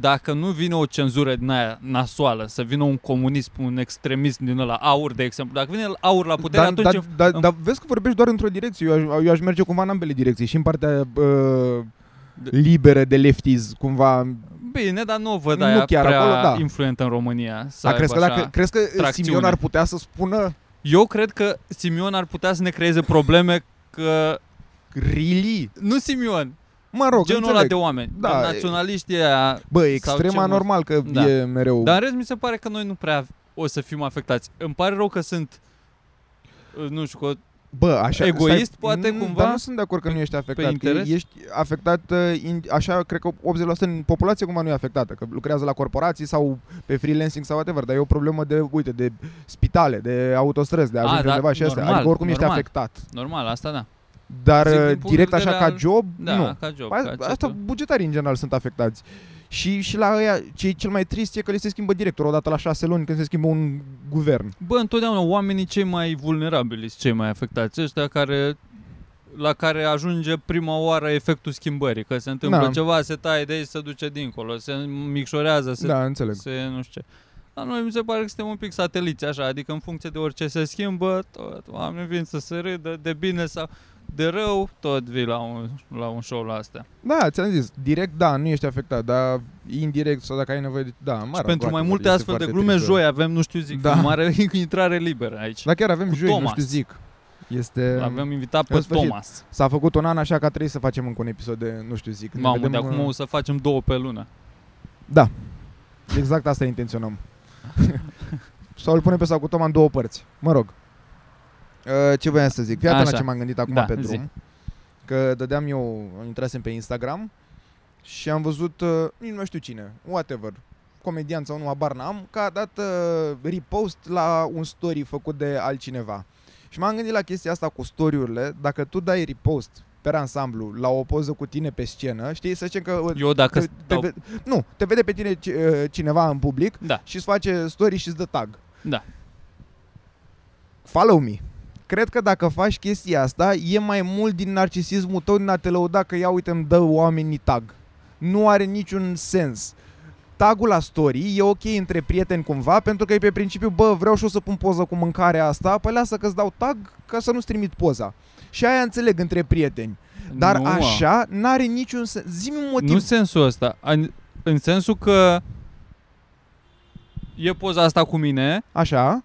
S3: dacă nu vine o cenzură din aia nasoală, să vină un comunism, un extremism din ăla, aur, de exemplu, dacă vine aur la putere, atunci...
S2: dar, dar,
S3: în-
S2: dar vezi că vorbești doar într-o direcție. Eu aș, eu aș merge cumva în ambele direcții. Și în partea uh,
S3: De-
S2: liberă de leftiz, cumva.
S3: Bine, dar nu o văd
S2: Nu
S3: aia
S2: chiar
S3: prea
S2: acolo, da.
S3: influentă în România. Să
S2: Dar
S3: aibă
S2: crezi că,
S3: așa...
S2: dacă, crezi că
S3: tracțiune.
S2: tracțiune. Simion ar putea să spună
S3: Eu cred că Simion ar putea să ne creeze probleme că...
S2: really?
S3: Nu Simion,
S2: Mă rog,
S3: genul ăla
S2: înțeleg.
S3: de oameni,
S2: Da,
S3: da,
S2: e-
S3: naționaliștii aia,
S2: Bă,
S3: ce mult-
S2: extrema normal că
S3: Da.
S2: e mereu...
S3: Dar în rest mi se pare că noi nu prea o să fim afectați. Îmi pare rău că sunt uh, nu știu, că
S2: Bă, așa,
S3: Egoist,
S2: stai,
S3: poate,
S2: Mm,
S3: cumva?
S2: Dar nu sunt de acord că nu ești afectat. Că
S3: interes?
S2: ești afectat, uh, in- așa, cred că 80% din populație cumva nu e afectată, că lucrează la corporații sau pe freelancing sau whatever, dar e o problemă de, uite, de spitale, de autostrăzi, de a
S3: A,
S2: ajunge
S3: da,
S2: undeva și astea.
S3: normal,
S2: Adică oricum ești
S3: normal.
S2: afectat.
S3: normal, asta da.
S2: Dar
S3: Zic din
S2: uh,
S3: punct de
S2: direct așa
S3: vedere
S2: ca
S3: al-
S2: job,
S3: Da,
S2: nu.
S3: ca job.
S2: A-
S3: ca ce
S2: Asta
S3: tu.
S2: bugetarii în general sunt afectați. Și, și la aia, ce cel mai trist e că le se schimbă director odată la șase luni când se schimbă un guvern.
S3: Bă, întotdeauna oamenii cei mai vulnerabili sunt cei mai afectați, ăștia care la care ajunge prima oară efectul schimbării, că se întâmplă
S2: Da.
S3: ceva, se taie de aici, se duce dincolo, se micșorează, se
S2: Da, înțeleg.
S3: se nu știu ce. La noi mi se pare că suntem un pic sateliți așa, adică în funcție de orice se schimbă, tot oamenii vin să se râdă de bine sau de rău, tot vii la un, la un show la astea.
S2: Da, ți-am zis, direct da, nu ești afectat, dar indirect sau dacă ai nevoie de... Da, mă
S3: Și
S2: rog,
S3: pentru mai
S2: whatever,
S3: multe
S2: este
S3: astfel de
S2: foarte
S3: glume,
S2: trist,
S3: joi avem, nu știu zic,
S2: Da.
S3: da. mare intrare liberă aici.
S2: Dar chiar avem
S3: cu
S2: joi, nu
S3: Thomas.
S2: știu zic. Este...
S3: Avem invitat
S2: în
S3: pe
S2: sfârșit.
S3: Thomas.
S2: S-a făcut un an așa că trebuie să facem încă un episod de nu știu zic. Ne
S3: Mamă,
S2: vedem,
S3: de acum
S2: uh,
S3: o să facem două pe lună.
S2: Da, exact asta intenționăm. sau îl punem pe sau cu Toma în două părți, mă rog. Uh, Ce voiam să zic? Fii atent la
S3: Așa.
S2: ce m-am gândit acum
S3: Da,
S2: pe
S3: zi.
S2: drum. Că dădeam eu, intrasem pe Instagram și am văzut, uh, nici nu mai știu cine, whatever, comedian sau nu, abar n-am, că a dat uh, repost la un story făcut de altcineva. Și m-am gândit la chestia asta cu story-urile, dacă tu dai repost pe ansamblu la o poză cu tine pe scenă, știi, să zicem că uh,
S3: Eu dacă...
S2: te, te,
S3: stau-
S2: ve- nu, te vede pe tine ci- uh, cineva în public
S3: Da.
S2: și îți face story și îți dă tag.
S3: Da.
S2: Follow me. Cred că dacă faci chestia asta, e mai mult din narcisismul tău din a te lăuda că ia uite îmi dă oamenii tag. Nu are niciun sens. Tagul la story e ok între prieteni cumva pentru că e pe principiu, bă, vreau și eu să pun poză cu mâncarea asta, păi lasă că-ți dau tag ca să nu-ți trimit poza. Și aia înțeleg între prieteni. Dar
S3: Nu,
S2: nu,
S3: mă.
S2: așa n-are niciun sens. Zi-mi un motiv.
S3: Nu sensul ăsta. În, în sensul că e poza asta cu mine,
S2: Așa.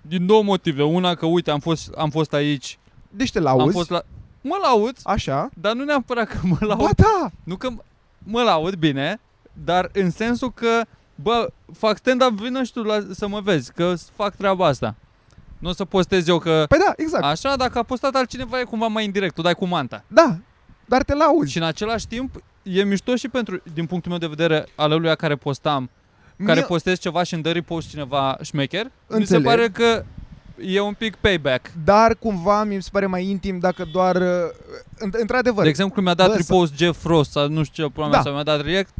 S3: Din două motive. Una că, uite, am fost, am fost aici,
S2: Deci te
S3: am
S2: lauzi,
S3: fost la... Mă laud,
S2: așa,
S3: dar nu neapărat că mă laud.
S2: ba da,
S3: Nu că m- mă laud, bine, dar în sensul că, bă, fac stand-up, vină și tu la, să mă vezi, că fac treaba asta. Nu o să postez eu că...
S2: păi da, exact, A.
S3: Așa, dacă a postat altcineva, e cumva mai indirect, tu dai cu manta.
S2: da, dar te lauzi.
S3: Și în același timp, e mișto și pentru, din punctul meu de vedere, al lui care postam, care
S2: Mie-
S3: postez ceva și îmi dă repost cineva șmecher, mi se
S2: Înțeleg.
S3: pare că e un pic payback.
S2: Dar cumva mi se pare mai intim dacă doar... uh, înt- Într-adevăr,
S3: De exemplu, când mi-a dat
S2: Păi, Bă,
S3: repost Jeff Frost sau nu știu ce pula mea,
S2: Da.
S3: sau mi-a dat react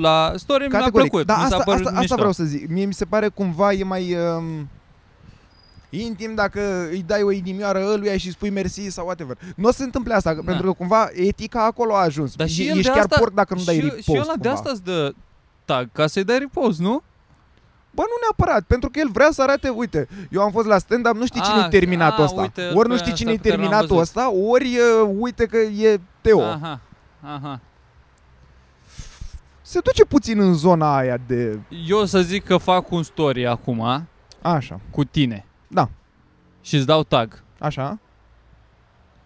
S3: la story, mi-a
S2: Categoric.
S3: plăcut.
S2: Da,
S3: mi s-a
S2: asta,
S3: părut
S2: asta, asta
S3: mișto.
S2: vreau să zic. Mie mi se pare cumva e mai um, intim dacă îi dai o inimioară ăluia și îi spui mersi sau whatever. Nu o să se întâmple asta, da. pentru că cumva etica acolo a ajuns.
S3: Dar și
S2: E-
S3: el
S2: Ești
S3: de
S2: chiar
S3: asta,
S2: porc dacă nu dai
S3: și,
S2: repost.
S3: Și ăla de
S2: cumva.
S3: asta îți dă tag, ca să-i dai repost, nu?
S2: Bă, nu neapărat, pentru că el vrea să arate, uite, eu am fost la stand-up, nu știi
S3: Ah,
S2: cine-i terminatul
S3: ah,
S2: ăsta.
S3: uite,
S2: ori nu
S3: pe
S2: știi
S3: ăsta
S2: cine-i
S3: pe care l-am
S2: terminatul
S3: văzut. Ah.
S2: ăsta, ori uh, uite că e Teo.
S3: Aha, aha.
S2: Se duce puțin în zona aia de...
S3: Eu o să zic că fac un story acum
S2: Așa,
S3: cu tine.
S2: Da.
S3: Și îți dau tag.
S2: așa.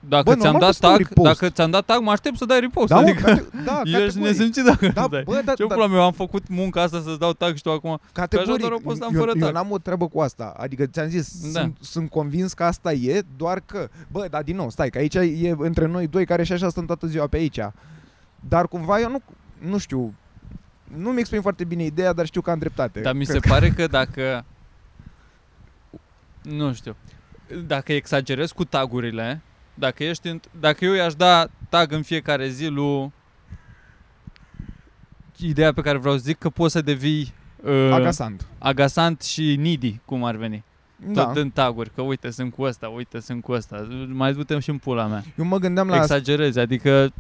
S3: Dacă
S2: Bă,
S3: ți-am
S2: normal că
S3: dat
S2: îți dau
S3: tag,
S2: repost.
S3: dacă ți-am dat tag, mă aștept să dai repost.
S2: Da, mă,
S3: adică
S2: cate- da,
S3: ești
S2: categoric.
S3: nezâncit dacă
S2: Da,
S3: nu dai.
S2: bă, da,
S3: Ce
S2: da,
S3: pula mea, am făcut munca asta să-ți dau tag și tu acum... Că așa doar
S2: Categoric,
S3: o postam
S2: eu,
S3: fără
S2: eu
S3: tag.
S2: n-am o treabă cu asta. Adică ți-am zis, da.
S3: Da.
S2: sunt, sunt convins că asta e, doar că... Bă, dar din nou, stai, că aici e între noi doi care și așa stăm toată ziua pe aici. Dar cumva eu nu, nu știu, nu-mi exprim foarte bine ideea, dar știu că am dreptate.
S3: Dar mi
S2: Că-
S3: se pare că dacă... Nu știu. Dacă exagerez cu tagurile, dacă ești... În, dacă eu i-aș da tag în fiecare zi lui... Ideea pe care vreau să zic că poți să devii... Uh,
S2: Agasant.
S3: agasant și needy, cum ar veni. Da.
S2: Da.
S3: Tot dând taguri, că uite, sunt cu ăsta, uite, sunt cu ăsta. Mai du-te și în pula mea.
S2: Eu mă gândeam
S3: Exact.
S2: la...
S3: Exagerezi, adică,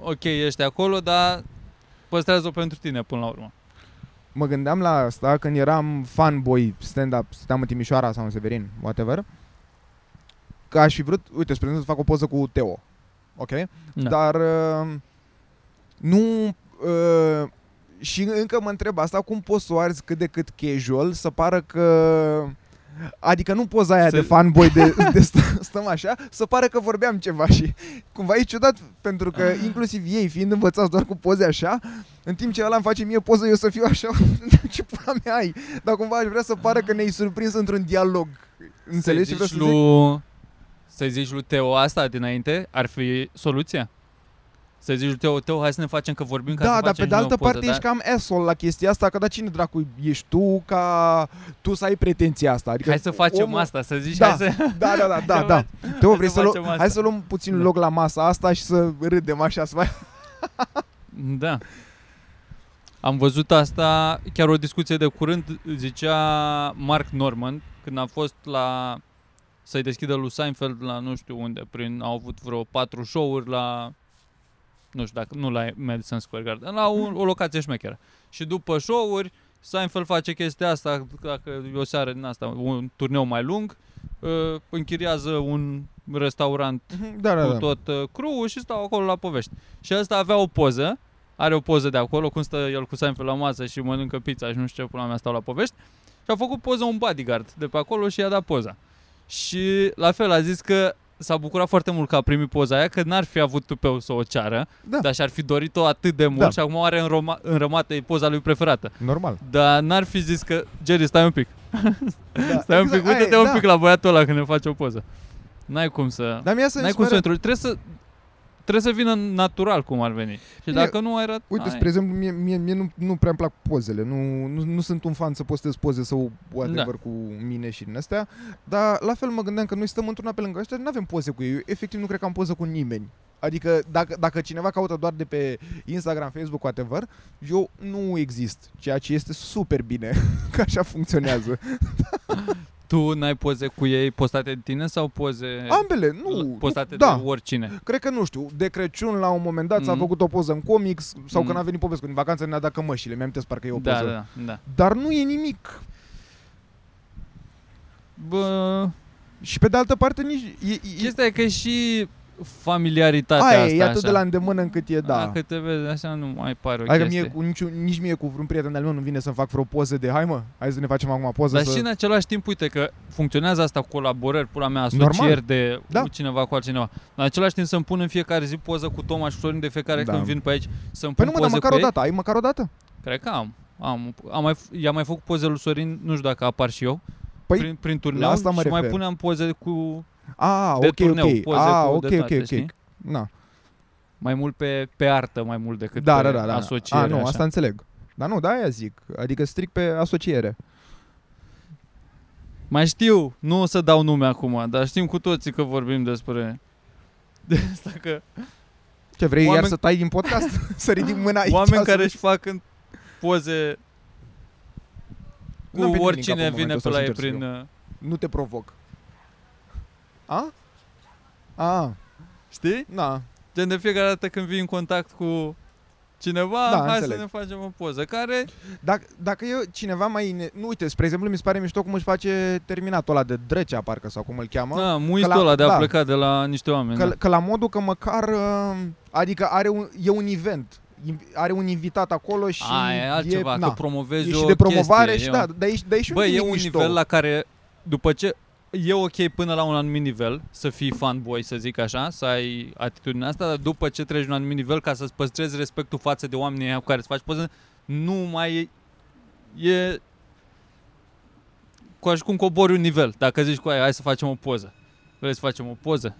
S3: ok, ești acolo, dar păstrează-o pentru tine până la urmă.
S2: mă gândeam la asta când eram fanboy stand-up, stăteam în Timișoara sau în Severin, whatever, că aș fi vrut, uite, spre exemplu, să fac o poză cu Teo, ok?
S3: Da.
S2: Dar uh, nu... Uh, și încă mă întreb asta, cum poți să o arzi cât de cât casual, să pară că... Adică nu poza aia
S3: Să-
S2: de fanboy de, de stă, stăm așa, să pare că vorbeam ceva și cumva e ciudat pentru că inclusiv ei fiind învățați doar cu poze așa, în timp ce ăla îmi face mie poză, eu să fiu așa, ce pula mea ai? Dar cumva aș vrea să pară că ne-ai surprins într-un dialog. Înțelegi ce
S3: să
S2: vreau să zic?
S3: zici lui, să zici lui Teo asta dinainte, ar fi soluția. Să zici lui Teo, Teo, hai să ne facem că vorbim ca să
S2: Da, dar
S3: facem
S2: pe de
S3: și noi
S2: altă
S3: o poză,
S2: parte
S3: dar-
S2: ești cam asshole la chestia asta, că da, cine dracu ești tu ca tu să ai pretenția asta? Adică
S3: Hai să facem
S2: omul-
S3: asta, să zici,
S2: Da.
S3: hai să...
S2: Da, da, da, da,
S3: Hai
S2: da. Teo, vrei
S3: să
S2: să,
S3: facem
S2: luăm,
S3: asta.
S2: hai să luăm puțin
S3: Da.
S2: loc la masa asta și să râdem așa, să facem...
S3: Da. Am văzut asta, chiar o discuție de curând, zicea Mark Norman, când a fost la să-i deschidă lui Seinfeld la nu știu unde, prin, au avut vreo patru show-uri la, nu știu dacă, nu la Madison Square Garden, la un, o locație șmecheră. Și după show-uri, Seinfeld face chestia asta, dacă e o seară din asta, un turneu mai lung, uh, închiriază un restaurant
S2: Da, da,
S3: cu
S2: da.
S3: tot uh, crew și stau acolo la povești. Și ăsta avea o poză, are o poză de acolo, cum stă el cu Seinfeld la masă și mănâncă pizza și nu știu ce pula mea stau la povești. Și a făcut poză un bodyguard de pe acolo și i-a dat poza. Și la fel a zis că s-a bucurat foarte mult că a primit poza aia, că n-ar fi avut tupeu să o ceară,
S2: Da.
S3: dar și-ar fi dorit-o atât de mult
S2: Da.
S3: și acum are în, Roma- în rămată e poza lui preferată.
S2: Normal.
S3: Dar n-ar fi zis că, Jerry, stai un pic,
S2: Da, exact,
S3: stai un pic,
S2: aia e,
S3: uite-te un
S2: da.
S3: pic la băiatul ăla când ne face o poză. N-ai cum să...
S2: Dar mi-a să
S3: N-ai cum să o introduci. Trebuie să, trebuie să vină natural cum ar veni. Și
S2: Bine,
S3: dacă nu ai rat...
S2: Uite,
S3: ai.
S2: spre exemplu, mie, mie, mie nu, nu prea îmi plac pozele, nu, nu, nu sunt un fan să postez poze sau whatever da. cu mine și din astea, dar la fel mă gândeam că noi stăm într-una pe lângă ăștia, nu avem poze cu ei, Eu, efectiv nu cred că am poză cu nimeni. Adică dacă, dacă cineva caută doar de pe Instagram, Facebook, whatever, eu nu exist, ceea ce este super bine, că așa funcționează.
S3: Tu n-ai poze cu ei postate de tine sau poze
S2: Ambele,
S3: l-
S2: nu,
S3: postate
S2: nu da,
S3: de oricine?
S2: cred că nu știu, de Crăciun la un moment dat s-a
S3: Mhm.
S2: făcut o poză în comics sau
S3: Mhm.
S2: când a venit Popescu în vacanță ne-a dat cămășile, mi-am parcă e o
S3: Da,
S2: poză.
S3: da, da.
S2: Dar nu e nimic
S3: Bă,
S2: Și pe de altă parte nici... E, e,
S3: chestia e că e și familiaritatea
S2: aia
S3: asta
S2: e atât
S3: așa.
S2: de la îndemână încât e da.
S3: Dacă te vezi așa nu mai pare o
S2: Adică
S3: chestie.
S2: mie cu niciun, nici mie cu vreun prieten al meu nu vine să-mi fac vreo poză de hai mă, hai să ne facem acum poză
S3: Dar
S2: să...
S3: și în același timp, uite că funcționează asta cu colaborări, pula mea,
S2: Normal.
S3: asocieri de
S2: Da.
S3: da. cineva cu altcineva. În același timp să-mi pun în fiecare zi poză cu Toma și Florin de fiecare
S2: Da.
S3: când vin pe aici, să-mi
S2: Păi
S3: pun
S2: nu mă, dar
S3: poză
S2: măcar
S3: cu
S2: o
S3: ei.
S2: dată, ai măcar o dată?
S3: Cred că am. am, am mai, f- i-am mai făcut poze lui Sorin, nu știu dacă apar și eu,
S2: Păi,
S3: prin, prin turneu
S2: la asta mă
S3: și mai
S2: refer.
S3: puneam poze cu
S2: A,
S3: de
S2: ok,
S3: turneu,
S2: ok.
S3: poze
S2: A,
S3: cu
S2: ok,
S3: de
S2: ok,
S3: toate,
S2: ok.
S3: știi?
S2: Na.
S3: mai mult pe, pe artă mai mult decât
S2: Da,
S3: pe
S2: da, da, da.
S3: asociere.
S2: A, nu,
S3: așa.
S2: asta înțeleg. Dar nu, da, aia zic. Adică strict pe asociere.
S3: Mai știu, nu o să dau nume acum, dar știm cu toții că vorbim despre... De asta că
S2: Ce, vrei
S3: Oameni-
S2: iar să tai din podcast? să ridic mâna aici?
S3: oameni
S2: să-
S3: care își fac în poze cu
S2: N-am venit nimic
S3: oricine
S2: acum,
S3: vine
S2: momentul
S3: pe
S2: ăsta,
S3: la ei
S2: sincer să
S3: prin... uh,
S2: Nu te provoc. A? A,
S3: Știi?
S2: na.
S3: Gen de fiecare dată când vii în contact cu cineva,
S2: Da,
S3: hai
S2: înțeleg.
S3: să ne facem o poză. Care,
S2: Dacă, dacă eu, cineva mai... Ne... Nu, uite, spre exemplu, mi se pare mișto cum își face terminatul ăla de drăcea, parcă, sau cum îl cheamă.
S3: da, muistul
S2: că la-
S3: ăla de a
S2: da.
S3: pleca de la niște oameni.
S2: Că,
S3: da.
S2: că la modul că măcar, uh, adică are un, e un event, Im- are un invitat acolo și
S3: A, e altceva,
S2: e,
S3: că promovezi
S2: e
S3: o
S2: și de promovare
S3: chestie,
S2: și
S3: e
S2: da,
S3: un-
S2: dar e, și- dar e și
S3: Bă,
S2: un,
S3: e
S2: nimic
S3: un
S2: mișto.
S3: nivel la care, după ce e ok până la un anumit nivel să fii fanboy, să zic așa, să ai atitudinea asta, dar după ce treci un anumit nivel ca să-ți păstrezi respectul față de oamenii aia cu care îți faci poze, nu mai e... e ca și cum cobori un nivel. Dacă zici cu aia, hai să facem o poză. Vrei să facem o poză?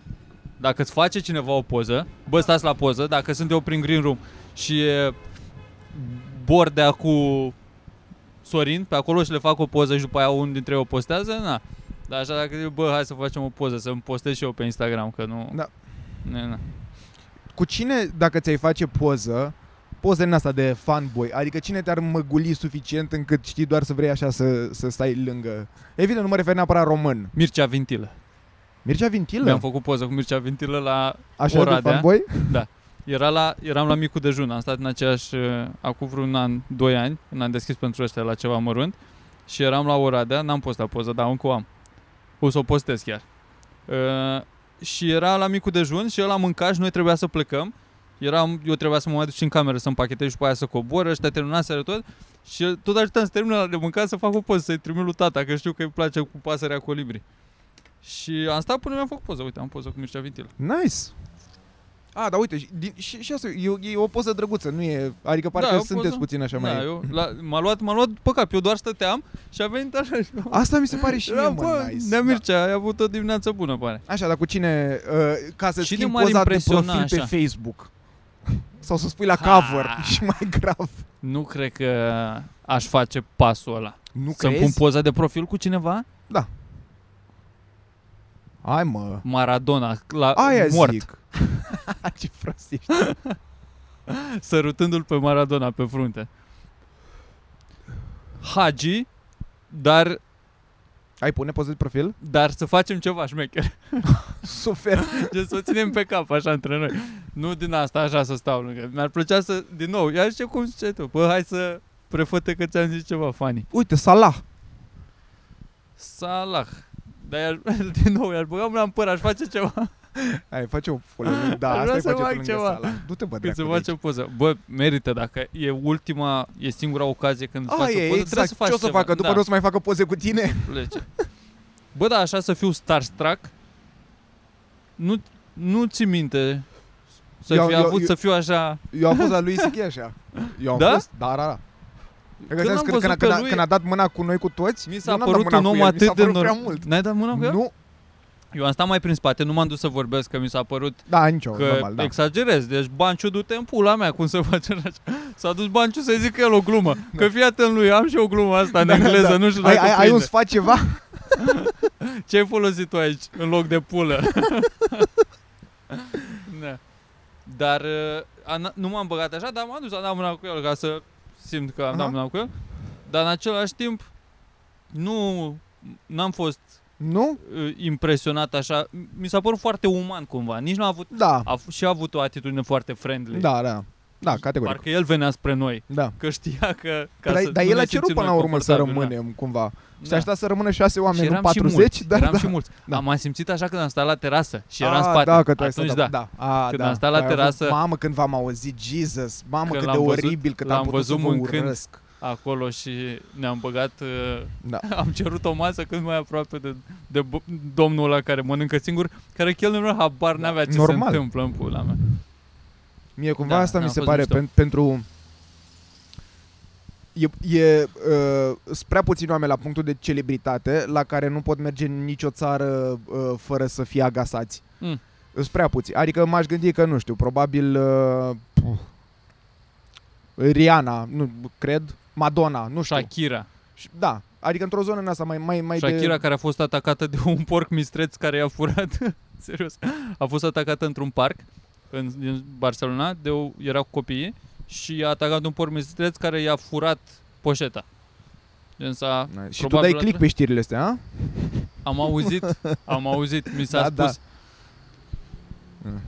S3: Dacă îți face cineva o poză, bă, stați la poză, dacă sunt eu prin green room și e bordea cu Sorin pe acolo și le fac o poză și după aia unul dintre ei o postează, na. Dar așa dacă zic, bă, hai să facem o poză, să-mi postez și eu pe Instagram, că nu...
S2: Da.
S3: Ne, na.
S2: Cu cine, dacă ți-ai face poză, poză din asta de fanboy, adică cine te-ar măguli suficient încât știi doar să vrei așa să, să stai lângă? Evident, nu mă refer neapărat român.
S3: Mircea Vintilă.
S2: Mircea Vintilă?
S3: Mi-am făcut poză cu Mircea Vintilă la...
S2: Așa de
S3: Oradea.
S2: fanboy?
S3: Era la, eram la micul dejun, am stat în aceeași, uh, acum vreun an, doi ani, când am deschis pentru ăștia la ceva mărunt și eram la Oradea, n-am postat poză, dar încă o am. O să o postez chiar. Uh, și era la micul dejun și el a mâncat și noi trebuia să plecăm. Eram, eu trebuia să mă mai duc și în cameră să împachetez și după aia să cobor, ăștia terminaseră tot. Și el- tot ajutam să termin la de mâncat să fac o poză, să-i trimit lui tata, că știu că îi place cu pasărea colibri. Și am stat până mi-am făcut poză, uite, am poză cu Mircea Vintil.
S2: Nice! A, dar uite, și, din, și, și asta e, o- e o poză drăguță, nu e... Adică parcă
S3: Da, e o
S2: sunteți
S3: poză.
S2: puțin așa
S3: da,
S2: mai...
S3: eu, la, m-a luat, m-a luat pe cap, eu doar stăteam și a venit așa. și-
S2: Asta mi se pare și mie,
S3: Era,
S2: mă,
S3: bă,
S2: nice.
S3: Nea
S2: Da.
S3: Mircea, ai avut o dimineață bună, pare.
S2: Așa, dar cu cine, uh, ca să
S3: Cine
S2: schimbi
S3: m-ar
S2: poza de
S3: impresiona
S2: profil pe
S3: așa?
S2: Facebook? Sau să spui la
S3: Ha.
S2: cover și mai grav.
S3: Nu cred că aș face pasul ăla.
S2: Nu
S3: Să-mi pun poza de profil cu cineva?
S2: Hai mă,
S3: Maradona, la,
S2: aia
S3: mort,
S2: zic. Ce prost ești.
S3: sărutându-l pe Maradona pe frunte. Hagi, dar,
S2: Ai pune poză de profil?
S3: dar să facem ceva șmecher.
S2: Super.
S3: Gen să o ținem pe cap, așa, între noi. Nu din asta, așa să stau lângă. Mi-ar plăcea să, din nou, ia ce cum ziceai tu. Bă, hai să prefăte că ți-am zis ceva, Fani.
S2: Uite, Salah.
S3: Salah. Dar i-aș, din nou, i-aș băga mâna în păr, aș face ceva.
S2: Hai, face o folă. Da,
S3: Aș
S2: asta
S3: vrea
S2: e
S3: să
S2: face pe
S3: fac
S2: lângă
S3: ceva.
S2: Salah. Du-te, bă,
S3: Când se
S2: dracu. deci. de
S3: face
S2: aici.
S3: o poză. Bă, merită dacă e ultima, e singura ocazie când îți faci
S2: Aia
S3: o
S2: e,
S3: poză, trebuie
S2: exact.
S3: să faci
S2: Ce o să
S3: ceva.
S2: facă? După
S3: da,
S2: nu o să mai facă poze cu tine?
S3: plece. Bă, da, așa să fiu starstruck. Nu, nu ți minte să
S2: Eu-
S3: fi
S2: eu-
S3: avut,
S2: eu-
S3: să fiu așa...
S2: Eu am fost la lui C.K. așa. Eu am
S3: Da?
S2: fost, da, da, da. Că
S3: Când am
S2: că,
S3: văzut
S2: când, a-
S3: că
S2: când, a,
S3: lui-
S2: când a dat mâna cu noi cu toți,
S3: Mi s-a
S2: eu n-am dat
S3: părut
S2: mâna
S3: un
S2: cu
S3: om
S2: el, mi s-a
S3: atât de
S2: părut prea
S3: normal.
S2: mult.
S3: N-ai dat mâna cu el?
S2: Nu,
S3: Eu am stat mai prin spate, nu m-am dus să vorbesc, că mi s-a părut
S2: da, nicio,
S3: că
S2: normal, da.
S3: exagerez. Deci Banciu, du-te în pula mea, cum se face așa. S-a dus Banciu să-i zică el o glumă. Că fii atent lui, am și eu gluma asta în
S2: Da, da,
S3: engleză,
S2: da.
S3: nu știu
S2: ai,
S3: dacă
S2: ai, ai
S3: prinde.
S2: un sfat ceva?
S3: Ce ai folosit tu aici în loc de pulă? da. Dar uh, a- n- nu m-am băgat așa, dar m-am dus, am dat mâna cu el ca să simt că am dat
S2: Aha.
S3: mâna cu el. Dar în același timp, nu n-am fost
S2: Nu?
S3: uh, impresionat așa. Mi s-a părut foarte uman cumva. Nici nu a avut
S2: Da.
S3: a f- și a avut o atitudine foarte friendly.
S2: Da, da. Da, categoric.
S3: Parcă el venea spre noi,
S2: Da.
S3: că știa că... Ca
S2: Dar,
S3: să
S2: dar
S3: nu
S2: el
S3: ne
S2: a cerut
S3: simțim
S2: până la
S3: noi
S2: urmă să
S3: confortabil, da.
S2: rămânem cumva. Și
S3: Da.
S2: da. aștia să rămână șase oameni, nu
S3: eram și
S2: 40,
S3: mulți,
S2: dar
S3: eram
S2: da.
S3: și mulți.
S2: Da.
S3: Am mai simțit așa când am stat la terasă și era
S2: Ah,
S3: în spate.
S2: Da, că tu ai
S3: Atunci
S2: stat,
S3: da.
S2: da. A,
S3: Când
S2: da.
S3: am stat la
S2: Ai avut-
S3: terasă-
S2: Mamă, când v-am auzit, Jesus, mamă
S3: Când
S2: cât de
S3: l-am văzut-
S2: oribil cât
S3: l-am
S2: am putut să
S3: văzut
S2: vă
S3: mâncând.
S2: urăsc.
S3: acolo și ne-am băgat uh,
S2: Da.
S3: am cerut o masă cât mai aproape de, de b- domnul ăla care mănâncă singur, care chiar nu avea habar n-avea ce
S2: Da. Normal.
S3: se întâmplă în pula mea.
S2: Mie cumva
S3: Da,
S2: asta
S3: a
S2: mi se
S3: fost
S2: pare
S3: mișto.
S2: pen, pentru... E, e uh, sunt prea puțini oameni la punctul de celebritate la care nu pot merge în nicio țară uh, fără să fie agasați.
S3: Mm.
S2: Sunt prea puțini. Adică m-aș gândi că, nu știu, probabil... Uh, puf, ă, Rihanna, nu cred, Madonna, nu știu.
S3: Shakira.
S2: Și- Da, adică într-o zonă în asta mai, mai, mai
S3: Shakira
S2: de...
S3: care a fost atacată de un porc mistreț care i-a furat, serios, a fost atacată într-un parc în, din Barcelona, de o, erau copiii și i-a atacat un porc mistreț care i-a furat poșeta. Gen s-a,
S2: Na, Și tu
S3: probabil
S2: dai click pe știrile astea, a?
S3: am auzit, am auzit, mi s-a
S2: Da, da.
S3: spus.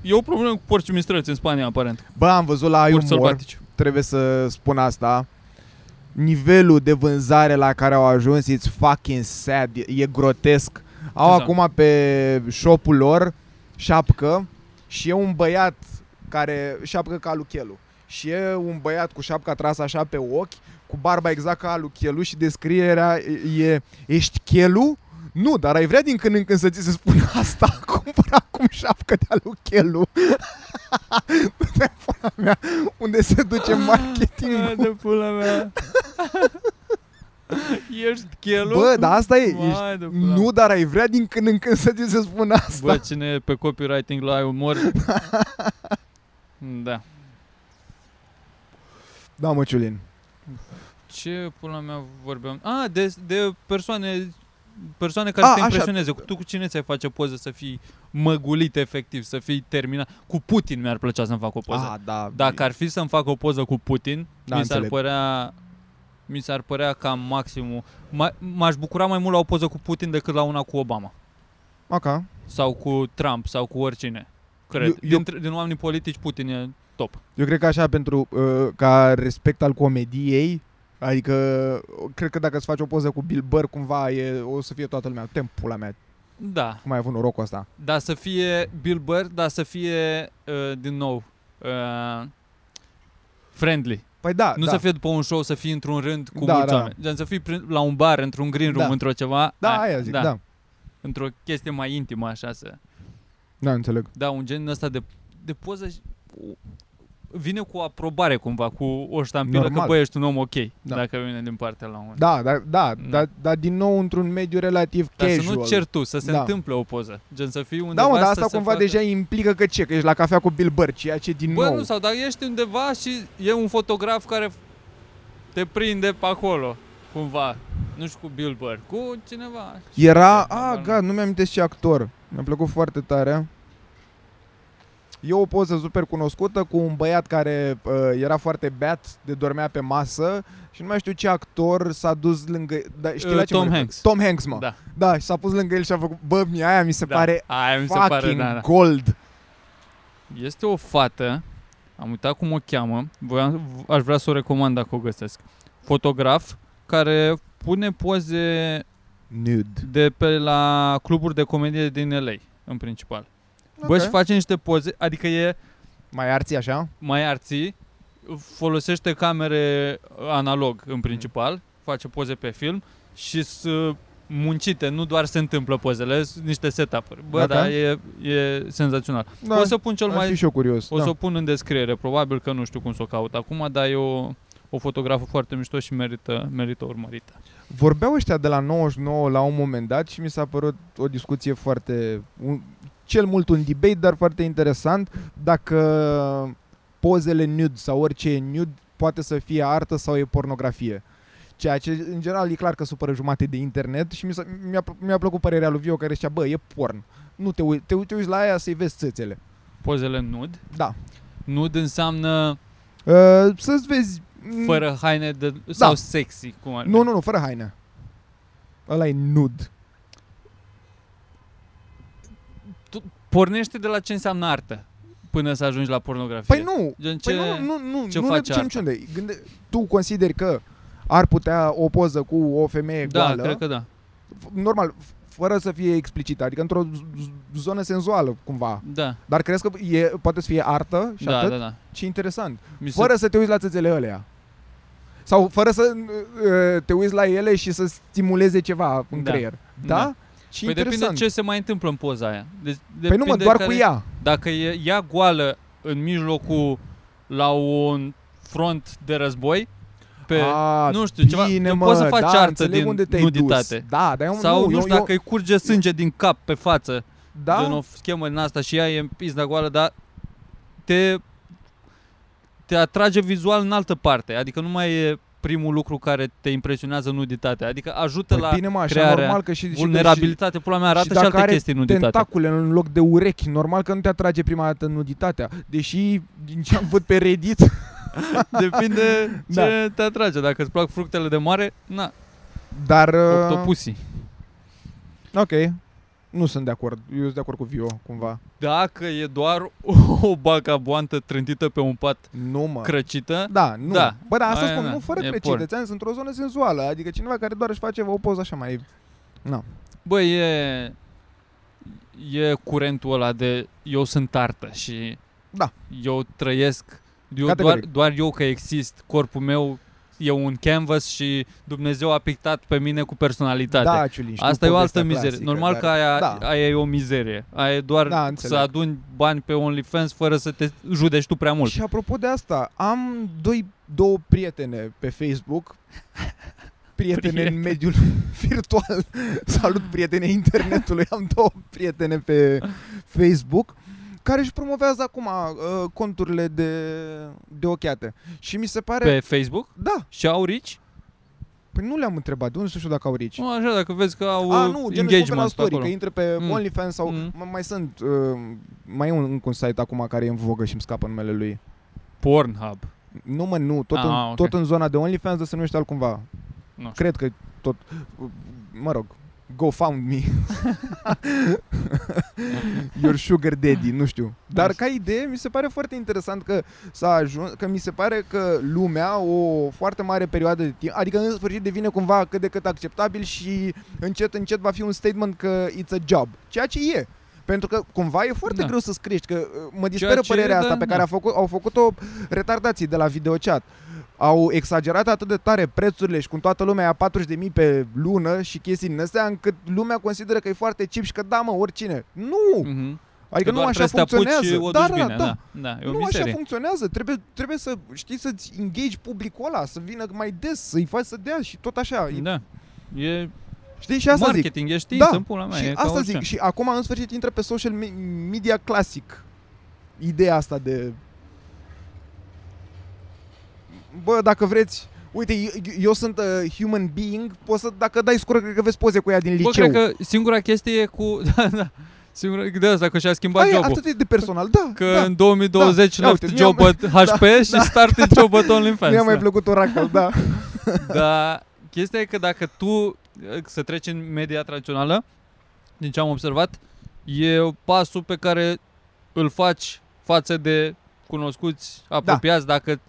S3: E o problemă cu porcii mistreți în Spania, aparent.
S2: Bă, am văzut la
S3: Porci
S2: iUmor,
S3: sălbatici.
S2: trebuie să spun asta, nivelul de vânzare la care au ajuns, it's fucking sad, e, e grotesc. Au
S3: Exact.
S2: acum pe shop-ul lor șapcă și e un băiat care șapcă ca Luchelu. Și e un băiat cu șapca trasă așa pe ochi, cu barba exact ca a lui Chelu și descrierea e, e Ești Chelu? Nu, dar ai vrea din când în când să ți se spună asta Cumpăr acum șapcă de-a lui Chelu Du-te în pula mea Unde se duce
S3: Ah,
S2: marketingul
S3: de pula mea. Ești chelul?
S2: Bă, dar asta e
S3: Vai
S2: ești,
S3: de pula
S2: Nu, dar ai vrea din când în când să ți se spună asta
S3: Bă, cine e pe copywriting la umor? da.
S2: Da, mă, Ciulin
S3: Ce pula mea vorbeam? Ah, de, de persoane persoane care
S2: A,
S3: să te
S2: așa.
S3: impresioneze. Cu- Tu cu cine ți-ai face poză să fii măgulit efectiv, să fii terminat? Cu Putin mi-ar plăcea să-mi fac o poză.
S2: ah, da,
S3: Dacă ar fi să-mi fac o poză cu Putin,
S2: Da,
S3: mi s-ar
S2: înțeleg.
S3: părea mi s-ar părea cam maximul. Ma- m-aș bucura mai mult la o poză cu Putin decât la una cu Obama
S2: Ok,
S3: sau cu Trump sau cu oricine. Cred.
S2: Eu-
S3: Eu,
S2: eu-
S3: eu... Din, din oamenii politici Putin e top.
S2: Eu cred că așa pentru uh, ca respect al comediei, adică cred că dacă îți faci o poză cu Bill Burr cumva e, o să fie toată lumea, tem pula mea,
S3: Da.
S2: cum ai avut norocul ăsta.
S3: Dar să fie Bill Burr, dar să fie, uh, din nou, uh, friendly.
S2: Păi da,
S3: Nu
S2: da.
S3: să fie după un show, să fie într-un rând cu
S2: Da,
S3: mulți
S2: da,
S3: oameni. Gen, să fii prin, la un bar, într-un green room,
S2: Da.
S3: într-o ceva.
S2: da, aia zic, da. da.
S3: Într-o chestie mai intimă, așa să...
S2: Da, înțeleg.
S3: Da, un gen ăsta de, de poză... și- Vine cu aprobare cumva, cu o ștampilă
S2: Normal.
S3: că bă, ești un om ok,
S2: Da.
S3: dacă vine din partea la un
S2: Da, da, da,
S3: Mm.
S2: dar da, din nou într-un mediu relativ
S3: Dar
S2: Da, casual.
S3: să nu ceri tu, să se
S2: Da.
S3: întâmple o poză. Gen să fii undeva
S2: da, mă, dar
S3: să
S2: asta
S3: se
S2: cumva
S3: facă...
S2: deja implică că ce, că ești la cafea cu Bill Burr, ceea ce din
S3: Bă,
S2: nou...
S3: nu, sau dacă ești undeva și e un fotograf care te prinde pe acolo, cumva. Nu știu, cu Bill Burr, cu cineva.
S2: Era,
S3: Da,
S2: a,
S3: da,
S2: gata, nu mi-am amintesc ce actor. Mi-a plăcut foarte tare. E o poză super cunoscută cu un băiat care uh, era foarte beat, de dormea pe masă și nu mai știu ce actor s-a dus lângă... Da, știi
S3: Uh,
S2: la ce mă
S3: Tom
S2: refer?
S3: Hanks.
S2: Tom Hanks, mă. Da.
S3: Da,
S2: da, și s-a pus lângă el și a făcut... Bă, mie aia mi se
S3: da.
S2: pare
S3: Aia mi se
S2: fucking
S3: pare, da, da.
S2: gold.
S3: Este o fată, am uitat cum o cheamă, voiam, aș vrea să o recomand dacă o găsesc. Fotograf care pune poze
S2: Nude.
S3: de pe la cluburi de comedie din LA, în principal. Bă,
S2: Ok.
S3: și face niște poze, adică e
S2: Mai arții așa?
S3: mai arții, folosește camere analog
S2: Mhm.
S3: în principal, face poze pe film și sunt muncite, nu doar se întâmplă pozele, sunt niște setup-uri. Bă,
S2: Ok.
S3: da, e, e senzațional.
S2: Da,
S3: o să pun cel
S2: aș fi
S3: mai...
S2: și eu curios.
S3: O
S2: da.
S3: să o pun în descriere, probabil că nu știu cum să o caut acum, dar e o, o fotografă foarte mișto și merită, merită urmărită.
S2: Vorbeau ăștia de la 99 la un moment dat și mi s-a părut o discuție foarte, un, cel mult un debate, dar foarte interesant, dacă pozele nude sau orice e nude poate să fie artă sau e pornografie. Ceea ce, în general, e clar că supără jumate de internet și mi s-a, mi-a, pl- mi-a plăcut părerea lui Vio care zicea, bă, e porn. Nu te, ui- te, u- te uiți la aia să-i vezi țâțele.
S3: Pozele nud.
S2: Da.
S3: Nud înseamnă
S2: Uh, să-ți vezi... m,
S3: fără haine de, sau sexy, cum ar
S2: Mm. Da. Nu, nu, nu, fără haine. Ăla e nude.
S3: Pornește de la ce înseamnă artă până să ajungi la pornografie.
S2: Păi nu,
S3: Gen, ce...
S2: Păi nu, nu, nu,
S3: ce
S2: nu ne
S3: face
S2: ducem
S3: arta?
S2: niciunde. Gânde, tu consideri că ar putea o poză cu o femeie
S3: da,
S2: goală,
S3: cred că da.
S2: f- normal, f- fără să fie explicită, adică într-o z- z- zonă senzuală cumva.
S3: Da,
S2: Dar crezi că e, poate să fie artă și
S3: da,
S2: atât?
S3: da, da.
S2: Ce interesant.
S3: Mi se-
S2: Fără să te uiți la țățele alea. Sau fără să uh, te uiți la ele și să stimuleze ceva în
S3: Da.
S2: creier. Da?
S3: Da.
S2: Ce
S3: Păi
S2: interesant.
S3: depinde ce se mai întâmplă în poza aia. Deci,
S2: păi nu mă,
S3: depinde
S2: doar
S3: care...
S2: cu ea.
S3: Dacă e ea goală în mijlocul la un front de război, pe...
S2: A,
S3: nu știu, ceva-
S2: bine,
S3: că
S2: mă,
S3: poți să faci
S2: da,
S3: artă
S2: înțeleg
S3: din
S2: unde te-ai
S3: nuditate.
S2: Dus. Da, dar eu,
S3: sau, nu
S2: eu,
S3: știu,
S2: eu,
S3: dacă îi curge sânge din cap pe față,
S2: da?
S3: gen o schemă din asta și ea e în pizda goală, dar te, te atrage vizual în altă parte. Adică nu mai e primul lucru care te impresionează nuditatea. Adică ajută
S2: Păi
S3: la
S2: bine, mă, așa,
S3: crearea
S2: normal că și... și-
S3: vulnerabilitate. Pula mea arată și,
S2: dacă
S3: alte
S2: are
S3: chestii
S2: și
S3: nuditatea.
S2: tentacule în loc de urechi. Normal că nu te atrage prima dată nuditatea. Deși, din ce am văd pe Reddit,
S3: Depinde ce
S2: Da.
S3: te atrage. Dacă îți plac fructele de mare, na,
S2: dar... uh,
S3: octopusii.
S2: Ok. Nu sunt de acord. Eu sunt de acord cu Vio, cumva.
S3: Dacă e doar o, o bacaboantă trântită pe un pat
S2: Nu, mă.
S3: crăcită,
S2: da, nu.
S3: Da.
S2: Bă, da, asta
S3: Aia,
S2: spun,
S3: da.
S2: nu fără
S3: E
S2: crecite.
S3: porn.
S2: Ți-am zis, într-o zonă senzuală. Adică cineva care doar își face o poză așa mai...
S3: bă, e, e curentul ăla de eu sunt artă și
S2: Da.
S3: eu trăiesc, eu doar,
S2: Categoric.
S3: doar eu că exist, corpul meu e un canvas și Dumnezeu a pictat pe mine cu personalitate.
S2: Da, Ciulin, știu
S3: Asta e o
S2: povestea
S3: altă mizerie.
S2: clasică,
S3: Normal
S2: dar-
S3: că aia,
S2: Da.
S3: aia e o mizerie. Aia e doar
S2: Da,
S3: să
S2: înțeleg.
S3: aduni bani pe OnlyFans fără să te judești tu prea mult.
S2: Și apropo de asta, am doi, două prietene pe Facebook, prietene
S3: Prietene.
S2: în mediul virtual, salut prietene internetului, am două prietene pe Facebook, care își promovează acum uh, conturile de, de ochiate. Și mi se pare...
S3: Pe Facebook?
S2: Da,
S3: Și au rici?
S2: păi nu le-am întrebat, de unde să știu dacă au rici?
S3: Nu, așa, dacă vezi că au
S2: A, nu, gen își pun pe la
S3: Uh, engagement
S2: story,
S3: acolo.
S2: că intră pe
S3: Mm.
S2: OnlyFans sau
S3: Mm.
S2: m- mai sunt, uh, mai e un, încă un site acum care e în vogă și îmi scapă numele lui.
S3: Pornhub.
S2: Uh. Nu mă, nu, tot,
S3: Ah,
S2: în,
S3: ok.
S2: tot în zona de OnlyFans, dar se numește altcumva.
S3: Nu știu.
S2: Cred că tot, mă rog, GoFundMe. Your sugar daddy, nu știu. Dar ca idee, mi se pare foarte interesant că s-a ajuns, că mi se pare că lumea o foarte mare perioadă de timp, adică în sfârșit devine cumva cât de cât acceptabil și încet, încet va fi un statement că it's a job, ceea ce e. Pentru că cumva e foarte
S3: Da.
S2: da. greu să scriești, că uh, mă
S3: Ceea
S2: disperă
S3: ce e,
S2: părerea asta
S3: da,
S2: pe
S3: da.
S2: care a făcut, au făcut-o retardații de la videochat. Au exagerat atât de tare prețurile și cum toată lumea ia 40.000 pe lună și chestii din astea, încât lumea consideră că e foarte chip și că da, mă, oricine. Nu!
S3: Mhm.
S2: Adică nu
S3: Că doar
S2: așa
S3: trebuie să te apuci și
S2: funcționează.
S3: o
S2: Da,
S3: duci
S2: da,
S3: bine,
S2: da.
S3: da. E o
S2: Nu așa
S3: mizerie.
S2: funcționează. Trebuie, trebuie să știi să-ți engage publicul ăla, să vină mai des, să-i faci să dea și tot așa. E-
S3: Da. E
S2: Știi? Și asta zic.
S3: marketing, e știință
S2: Da.
S3: în pula mea.
S2: și
S3: e ca
S2: asta
S3: orice.
S2: zic. Și acum, în sfârșit, intră pe social me- media clasic ideea asta de... Bă, dacă vreți... Uite, eu, eu sunt uh, human being, poți să, dacă dai scură, cred că vezi poze cu ea din
S3: Bă,
S2: liceu.
S3: cred că singura chestie e cu... Da, da. Singura... De asta, că și-a schimbat
S2: Aia,
S3: jobul.
S2: Păi, atât e de personal, da,
S3: Că
S2: da.
S3: în 2020
S2: Da, ia
S3: left
S2: uite,
S3: job
S2: mi-am-
S3: at HP și started job at OnlyFans.
S2: Mi-a mai
S3: da.
S2: plăcut Oracle, da.
S3: Dar chestia e că dacă tu uh, să treci în media tradițională, din ce am observat, e pasul pe care îl faci față de cunoscuți, apropiați, dacă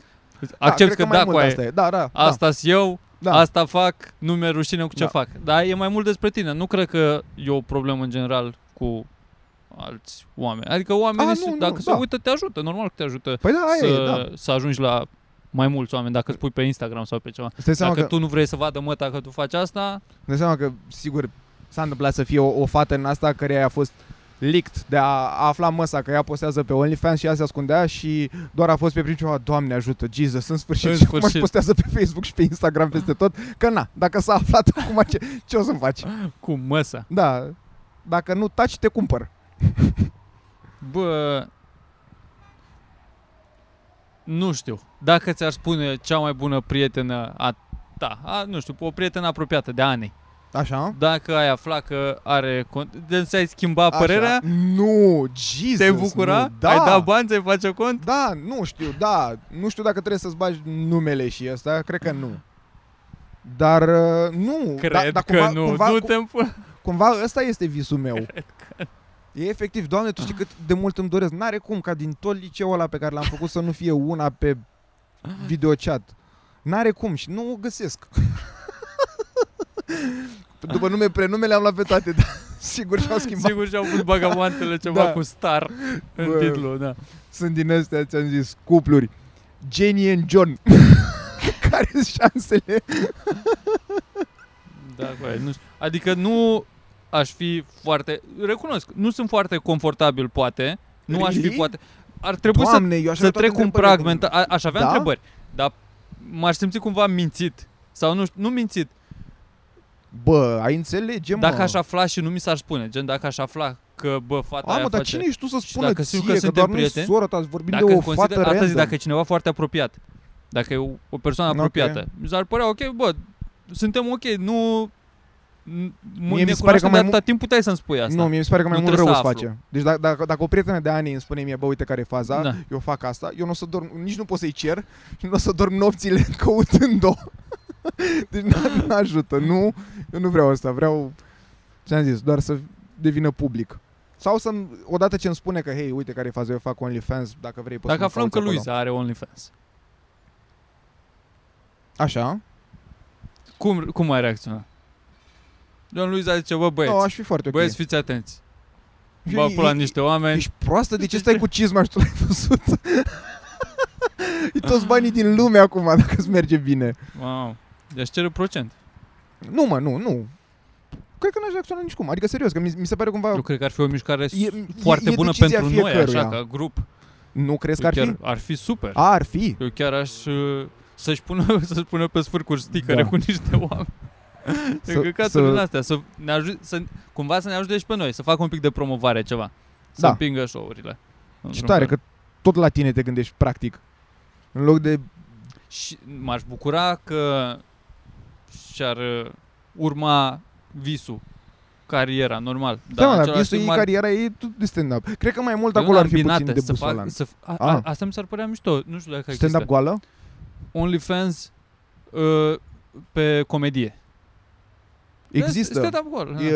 S2: da, cred
S3: accepti că,
S2: mai
S3: da,
S2: mult
S3: cu aia.
S2: asta e. Da, da, da.
S3: Asta sunt eu,
S2: Da.
S3: asta fac, nu mi-e rușine cu ce
S2: Da.
S3: fac. Dar e mai mult despre tine. Nu cred că e o problemă în general cu alți oameni. Adică oamenii,
S2: A,
S3: sunt-
S2: nu, nu,
S3: dacă se
S2: da.
S3: uită, te ajută. Normal că te ajută
S2: Păi da, aia
S3: să,
S2: e, da.
S3: să ajungi la mai mulți oameni dacă îți pui pe Instagram sau pe ceva.
S2: Îți dai seama
S3: Dacă
S2: că,
S3: că... tu nu vrei să vadă măta că tu faci asta,
S2: îți dai seama că, sigur, s-a întâmplat să fie o, o fată în asta care a fost lict de a, a afla măsa că ea postează pe OnlyFans și ea se ascundea și doar a fost pe principiul, "A, Doamne ajută, Jesus, în sfârșit,
S3: În
S2: și acum își
S3: sfârșit.
S2: postează pe Facebook și pe Instagram peste tot, că na, dacă s-a aflat acum ce, ce o să-mi faci?
S3: cu măsa.
S2: Da, dacă nu taci, te cumpăr.
S3: Bă, nu știu. Dacă ți-ar spune cea mai bună prietenă a ta, a, nu știu, o prietenă apropiată de ani,
S2: Așa?
S3: dacă ai afla că are cont, deci ți-ai schimba
S2: Așa.
S3: părerea,
S2: Nu, Jesus,
S3: te-ai bucura,
S2: nu, da.
S3: ai da bani, ți-ai face cont,
S2: Da, nu știu, da. Nu știu dacă trebuie să-ți bagi numele și ăsta, cred că nu. Dar uh, nu,
S3: cred
S2: da, da,
S3: că
S2: cumva,
S3: nu,
S2: Cumva,
S3: du-te în pula.
S2: cumva ăsta este visul meu. E efectiv, doamne, tu știi cât de mult îmi doresc. N-are cum ca din tot liceul ăla pe care l-am făcut să nu fie una pe videochat. N-are cum și nu o găsesc. După nume, prenumele am luat pe toate, dar sigur și-au schimbat.
S3: Sigur și-au pus bagamoantele ceva
S2: Da.
S3: cu star în
S2: Bă.
S3: titlu, da.
S2: sunt din astea, ți-am zis, cupluri. Jenny and John. care sunt șansele?
S3: Da, corect. Nu, știu. adică nu aș fi foarte... Recunosc, nu sunt foarte confortabil, poate. Nu aș fi
S2: Really?
S3: poate... Ar trebui să,
S2: Doamne, eu aș
S3: să
S2: avea toate
S3: trec un
S2: întrebările
S3: prag mental. A- Aș avea
S2: Da?
S3: întrebări, dar m-aș simți cumva mințit. Sau nu știu, nu mințit.
S2: Bă, ai înțelege, mă.
S3: Dacă aș afla și nu mi s-ar spune, gen dacă aș afla că, bă, fata
S2: A,
S3: aia
S2: mă, dar
S3: face...
S2: cine ești tu să
S3: Și
S2: spună
S3: dacă știu
S2: ție
S3: că
S2: că,
S3: suntem
S2: doar nu
S3: prieteni,
S2: sora ta, ați vorbit
S3: dacă
S2: de o
S3: consider,
S2: fată
S3: asta zic,
S2: random.
S3: dacă e cineva foarte apropiat, dacă e o, o persoană
S2: Ok.
S3: apropiată, mi s-ar părea ok, bă, suntem ok, nu... n-
S2: Mie
S3: ne
S2: mi se pare că
S3: cunoaștem de
S2: mai
S3: atâta timp puteai să-mi spui asta.
S2: Nu, mie mi se pare că mai
S3: Nu
S2: mult rău
S3: trebuie
S2: îți
S3: să aflu.
S2: face. Deci dacă, dacă, dacă o prietenă de ani îmi spune mie, bă, uite care e faza,
S3: Da.
S2: eu fac asta, eu nu o să dorm, nici nu pot să-i cer, și nu o să dorm nopțile căutând-o. Deci nu nu ajută, nu, eu nu vreau asta, vreau, ți-am zis, doar să devină public. Sau să odată ce îmi spune că, hei, uite care e faza, eu fac OnlyFans, dacă vrei poți să
S3: Dacă
S2: mă
S3: aflăm că
S2: cauți acolo.
S3: Luiza are OnlyFans,
S2: Așa,
S3: cum, cum ai reacționa? John Luiza zice, bă, băieți,
S2: no, aș fi foarte ok.
S3: băieți, fiți atenți.
S2: Eu-
S3: Bă,
S2: eu-
S3: pula în niște oameni.
S2: Ești proastă? De ce stai cu cizma și tu l-ai văzut? e toți banii din lume acum, dacă îți merge bine.
S3: Wow. Deci cere procent.
S2: Nu, mă, nu, nu. Cred că n-aș reacționa nici cum. Adică, serios, că mi, mi se pare cumva...
S3: Eu cred că ar fi o mișcare
S2: E-
S3: s-
S2: e-
S3: foarte
S2: e
S3: bună
S2: decizia
S3: pentru noi, așa,
S2: fiecăruia.
S3: ca grup.
S2: Nu crezi că
S3: Eu
S2: ar
S3: chiar,
S2: fi?
S3: ar fi super.
S2: A, ar fi.
S3: Eu chiar aș uh, să-și pună, să-și pună pe sfârcuri sticăre
S2: Da.
S3: cu niște oameni.
S2: Să-
S3: Să, căcaturile
S2: să-
S3: să... astea, să ne aju- să, cumva să ne ajute și pe noi, să facă un pic de promovare ceva. Să
S2: Da.
S3: împingă show-urile.
S2: Ce
S3: într-un
S2: tare,
S3: fel.
S2: că tot la tine te gândești, practic. În loc
S3: Da,
S2: de...
S3: Și m-aș bucura că și-ar uh, urma visul, cariera, normal.
S2: Da, mă,
S3: în
S2: dar
S3: același
S2: visul
S3: timp
S2: ei,
S3: ar-
S2: cariera ei tot de stand-up. Cred că mai mult
S3: Eu
S2: acolo ar
S3: n-am
S2: fi
S3: binate,
S2: puțin de
S3: să fac,
S2: busolan.
S3: să, f- a,
S2: Ah.
S3: a, Asta mi s-ar părea mișto. Nu știu dacă
S2: Stand-up
S3: există.
S2: goală?
S3: OnlyFans uh, pe comedie. Da,
S2: Există.
S3: Stand-up goal.
S2: E,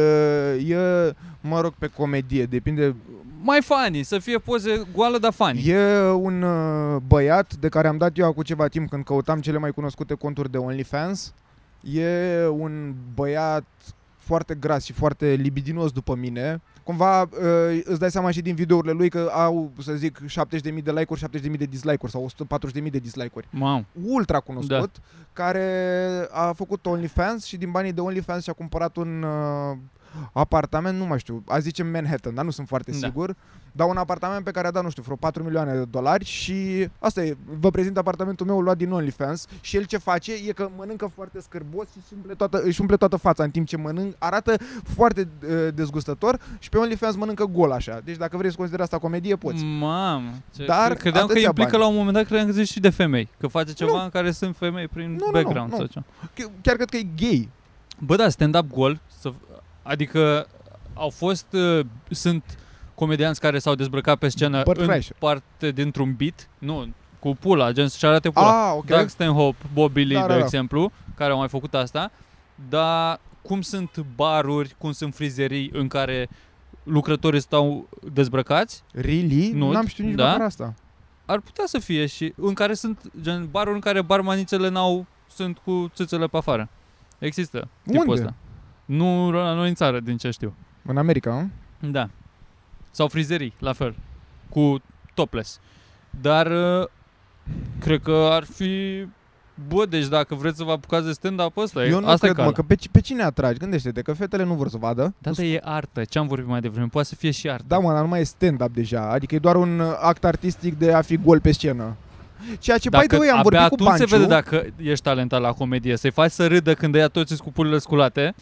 S2: e, mă rog, pe comedie, depinde.
S3: Mai funny, să fie poze goală, dar funny.
S2: E un uh, băiat de care am dat eu acum ceva timp când căutam cele mai cunoscute conturi de OnlyFans. E un băiat foarte gras și foarte libidinos după mine. Cumva uh, îți dai seama și din videourile lui că au, să zic, 70.000 de like-uri, 70.000 de dislike-uri sau 140.000 de dislike-uri.
S3: Mamă,
S2: Ultra cunoscut, da. care a făcut OnlyFans și din banii de OnlyFans și-a cumpărat un uh, apartament, nu mai știu, a zice Manhattan, dar nu sunt foarte
S3: Da.
S2: sigur, dar un apartament pe care a dat, nu știu, vreo 4 milioane de dolari și asta e, vă prezint apartamentul meu luat din OnlyFans și el ce face e că mănâncă foarte scârbos și își umple toată, își umple toată fața în timp ce mănânc, arată foarte uh, dezgustător și pe OnlyFans mănâncă gol așa. Deci dacă vrei să consideri asta comedie,
S3: Mm.
S2: poți.
S3: mamă. Ce,
S2: Dar
S3: credeam că
S2: atâția
S3: implică
S2: bani.
S3: la un moment dat, credeam că zici și de femei. Că face ceva
S2: Nu.
S3: în care sunt femei prin
S2: nu, nu,
S3: background
S2: nu.
S3: sau ceva.
S2: Ch- Chiar cred că e gay.
S3: Bă, da, stand-up goal, să, adică au fost, uh, sunt comedianți care s-au dezbrăcat pe scenă
S2: Bert
S3: în
S2: Kreischer.
S3: parte dintr-un beat, nu, cu pula, gen să-și arate pula.
S2: Ah, ok.
S3: Doug Stanhope, Bobby Lee,
S2: Da,
S3: de
S2: da, da.
S3: exemplu, care au mai făcut asta, dar cum sunt baruri, cum sunt frizerii în care lucrătorii stau dezbrăcați,
S2: Really?
S3: Nu,
S2: N-am știut nici
S3: da.
S2: măcar asta.
S3: ar putea să fie și în care sunt gen baruri în care barmanițele n-au, sunt cu țâțele pe afară. Există tipul
S2: Unde?
S3: ăsta. Nu la noi în țară, din ce știu.
S2: În America, nu?
S3: Da. Sau frizerii, la fel, cu topless. Dar uh, cred că ar fi Bă, deci dacă vreți să vă apucați de stand-up ăsta, e-
S2: Eu nu
S3: Păi, asta
S2: cred,
S3: e
S2: mă,
S3: calea.
S2: că pe, ci- pe cine atragi? Gândește-te că fetele nu vor să vadă.
S3: Da, dar e artă. Ce am vorbit mai devreme? Poate să fie și artă.
S2: Da, mă, dar nu mai e stand-up deja. Adică e doar un uh, act artistic de a fi gol pe scenă. Ceea ce, bai de am
S3: abia
S2: vorbit cu
S3: atunci
S2: Panciu.
S3: se vede dacă ești talentat la comedie. Să-i faci să râdă când ia toți cu purile sculate,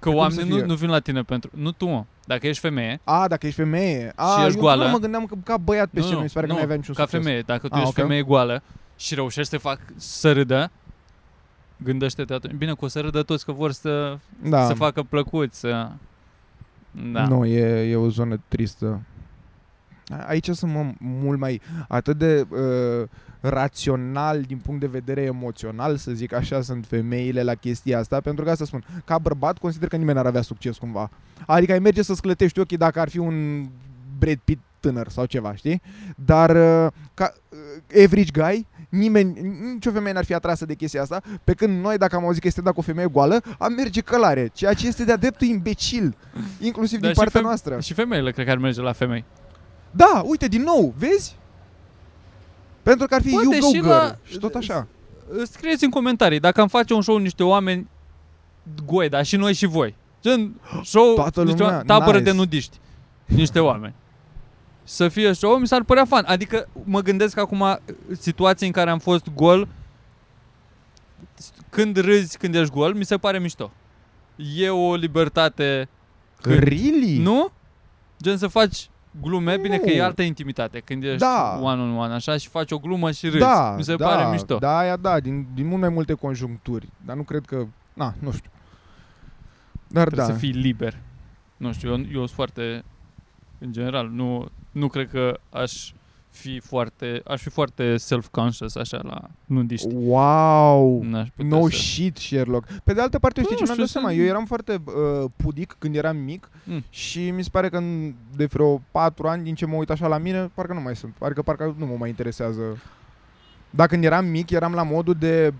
S3: că
S2: Păi să
S3: oamenii
S2: fie?
S3: nu, nu vin la tine pentru... Nu tu, mă. Dacă ești femeie,
S2: A, dacă ești femeie. A,
S3: Și
S2: eu
S3: ești goală.
S2: nu mă gândeam că ca băiat pe
S3: nu,
S2: scenă.
S3: nu,
S2: Mi se pare că
S3: nu,
S2: nu avea niciun
S3: ca
S2: succes.
S3: femeie, dacă tu
S2: Ah,
S3: ești
S2: ok.
S3: femeie goală și reușești să fac să râdă, gândește-te atunci. Bine, că o să râdă toți că vor să,
S2: Da.
S3: să facă plăcuți. Să... Da.
S2: Nu, e, e o zonă tristă. A- Aici sunt mă, mult mai atât de uh, rațional din punct de vedere emoțional, să zic așa, sunt femeile la chestia asta, pentru că asta spun, ca bărbat consider că nimeni n-ar avea succes cumva. Adică ai merge să sclătești ochii dacă ar fi un Brad Pitt tânăr sau ceva, știi? Dar uh, ca uh, average guy, nimeni, nicio femeie n-ar fi atrasă de chestia asta, pe când noi, dacă am auzit că este dat cu o femeie goală, am merge călare, ceea ce este de-a dreptul imbecil, inclusiv
S3: Dar
S2: din
S3: și
S2: partea
S3: fem-
S2: noastră.
S3: Și femeile cred că ar merge la femei.
S2: Da, uite, din nou, vezi? Pentru că ar fi
S3: Poate
S2: You Go
S3: și
S2: Girl
S3: la-
S2: și tot așa.
S3: Scrieți în comentarii dacă am face un show cu niște oameni goi, dar și noi și voi. Gen show,
S2: Toată
S3: niște
S2: lumea,
S3: oameni, tabără
S2: nice.
S3: de nudiști. Niște oameni. Să fie show, mi s-ar părea fan. Adică mă gândesc acum situații în care am fost gol, când râzi când ești gol, mi se pare mișto. e o libertate. Când-
S2: Really?
S3: Nu? Gen să faci glume, bine că
S2: Nu.
S3: e altă intimitate când ești
S2: Da.
S3: one-on-one așa și faci o glumă și râzi.
S2: da,
S3: Mi se
S2: da,
S3: pare mișto.
S2: Da, aia da, din, din mult mai multe conjuncturi. Dar nu cred că... Na, nu știu. Dar
S3: Trebuie
S2: da.
S3: să fii liber. Nu știu, eu, eu sunt foarte în general, nu, nu cred că aș fi foarte, aș fi foarte self-conscious așa la nudiști.
S2: Wow!
S3: N-aș putea
S2: No
S3: să...
S2: shit, Sherlock. Pe de altă parte, eu știi
S3: Nu
S2: ce mi-am
S3: știu,
S2: dat seama?
S3: să-
S2: Eu eram foarte uh, pudic când eram mic
S3: Mm.
S2: și mi se pare că în- de vreo patru ani, din ce mă uit așa la mine, parcă nu mai sunt. Parcă, parcă nu mă mai interesează. Dar când eram mic, eram la modul de...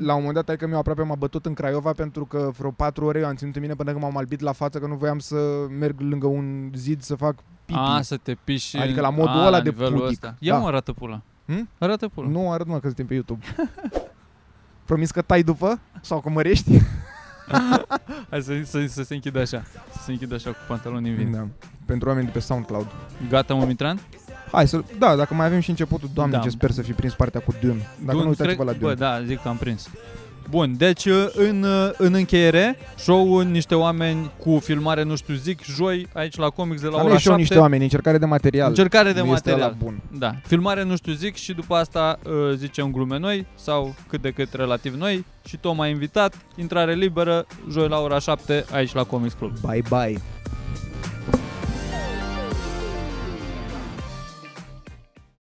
S2: La un moment dat, că mi-au aproape m-a bătut în Craiova pentru că vreo patru ore eu am ținut în mine până când m-am albit la față că nu voiam să merg lângă un zid să fac pipi.
S3: A, să te piși în-
S2: Adică la modul
S3: a,
S2: ăla
S3: la
S2: de
S3: nivelul
S2: pudic.
S3: ăsta. Ia
S2: Da.
S3: mă, arată pula.
S2: Hm?
S3: Arată pula.
S2: nu arăt mă că suntem pe YouTube. Promis că tai după? Sau că mărești?
S3: Hai să, să, să se închidă așa. Să se închidă așa cu pantaloni în vin.
S2: Da. Pentru oameni de pe SoundCloud.
S3: Gata, mă, Mitran?
S2: Hai să... Da, dacă mai avem și începutul, doamne,
S3: Da.
S2: da. ce sper să fi prins partea cu Dune. Dacă
S3: Dun,
S2: nu, uitați-vă la
S3: cred- Bă,
S2: Dune.
S3: da, zic că am prins. Bun, deci în, în încheiere, show niște oameni cu filmare, nu știu, zic, joi, aici la Comics de la
S2: Dar nu
S3: ora
S2: e show
S3: 7.
S2: niște oameni, încercare de material.
S3: Încercare de
S2: nu
S3: material.
S2: Este ăla bun.
S3: Da, filmare, nu știu, zic și după asta uh, zicem glume noi sau cât de cât relativ noi și Tom a invitat, intrare liberă, joi la ora 7 aici la Comics Club.
S2: Bye, bye.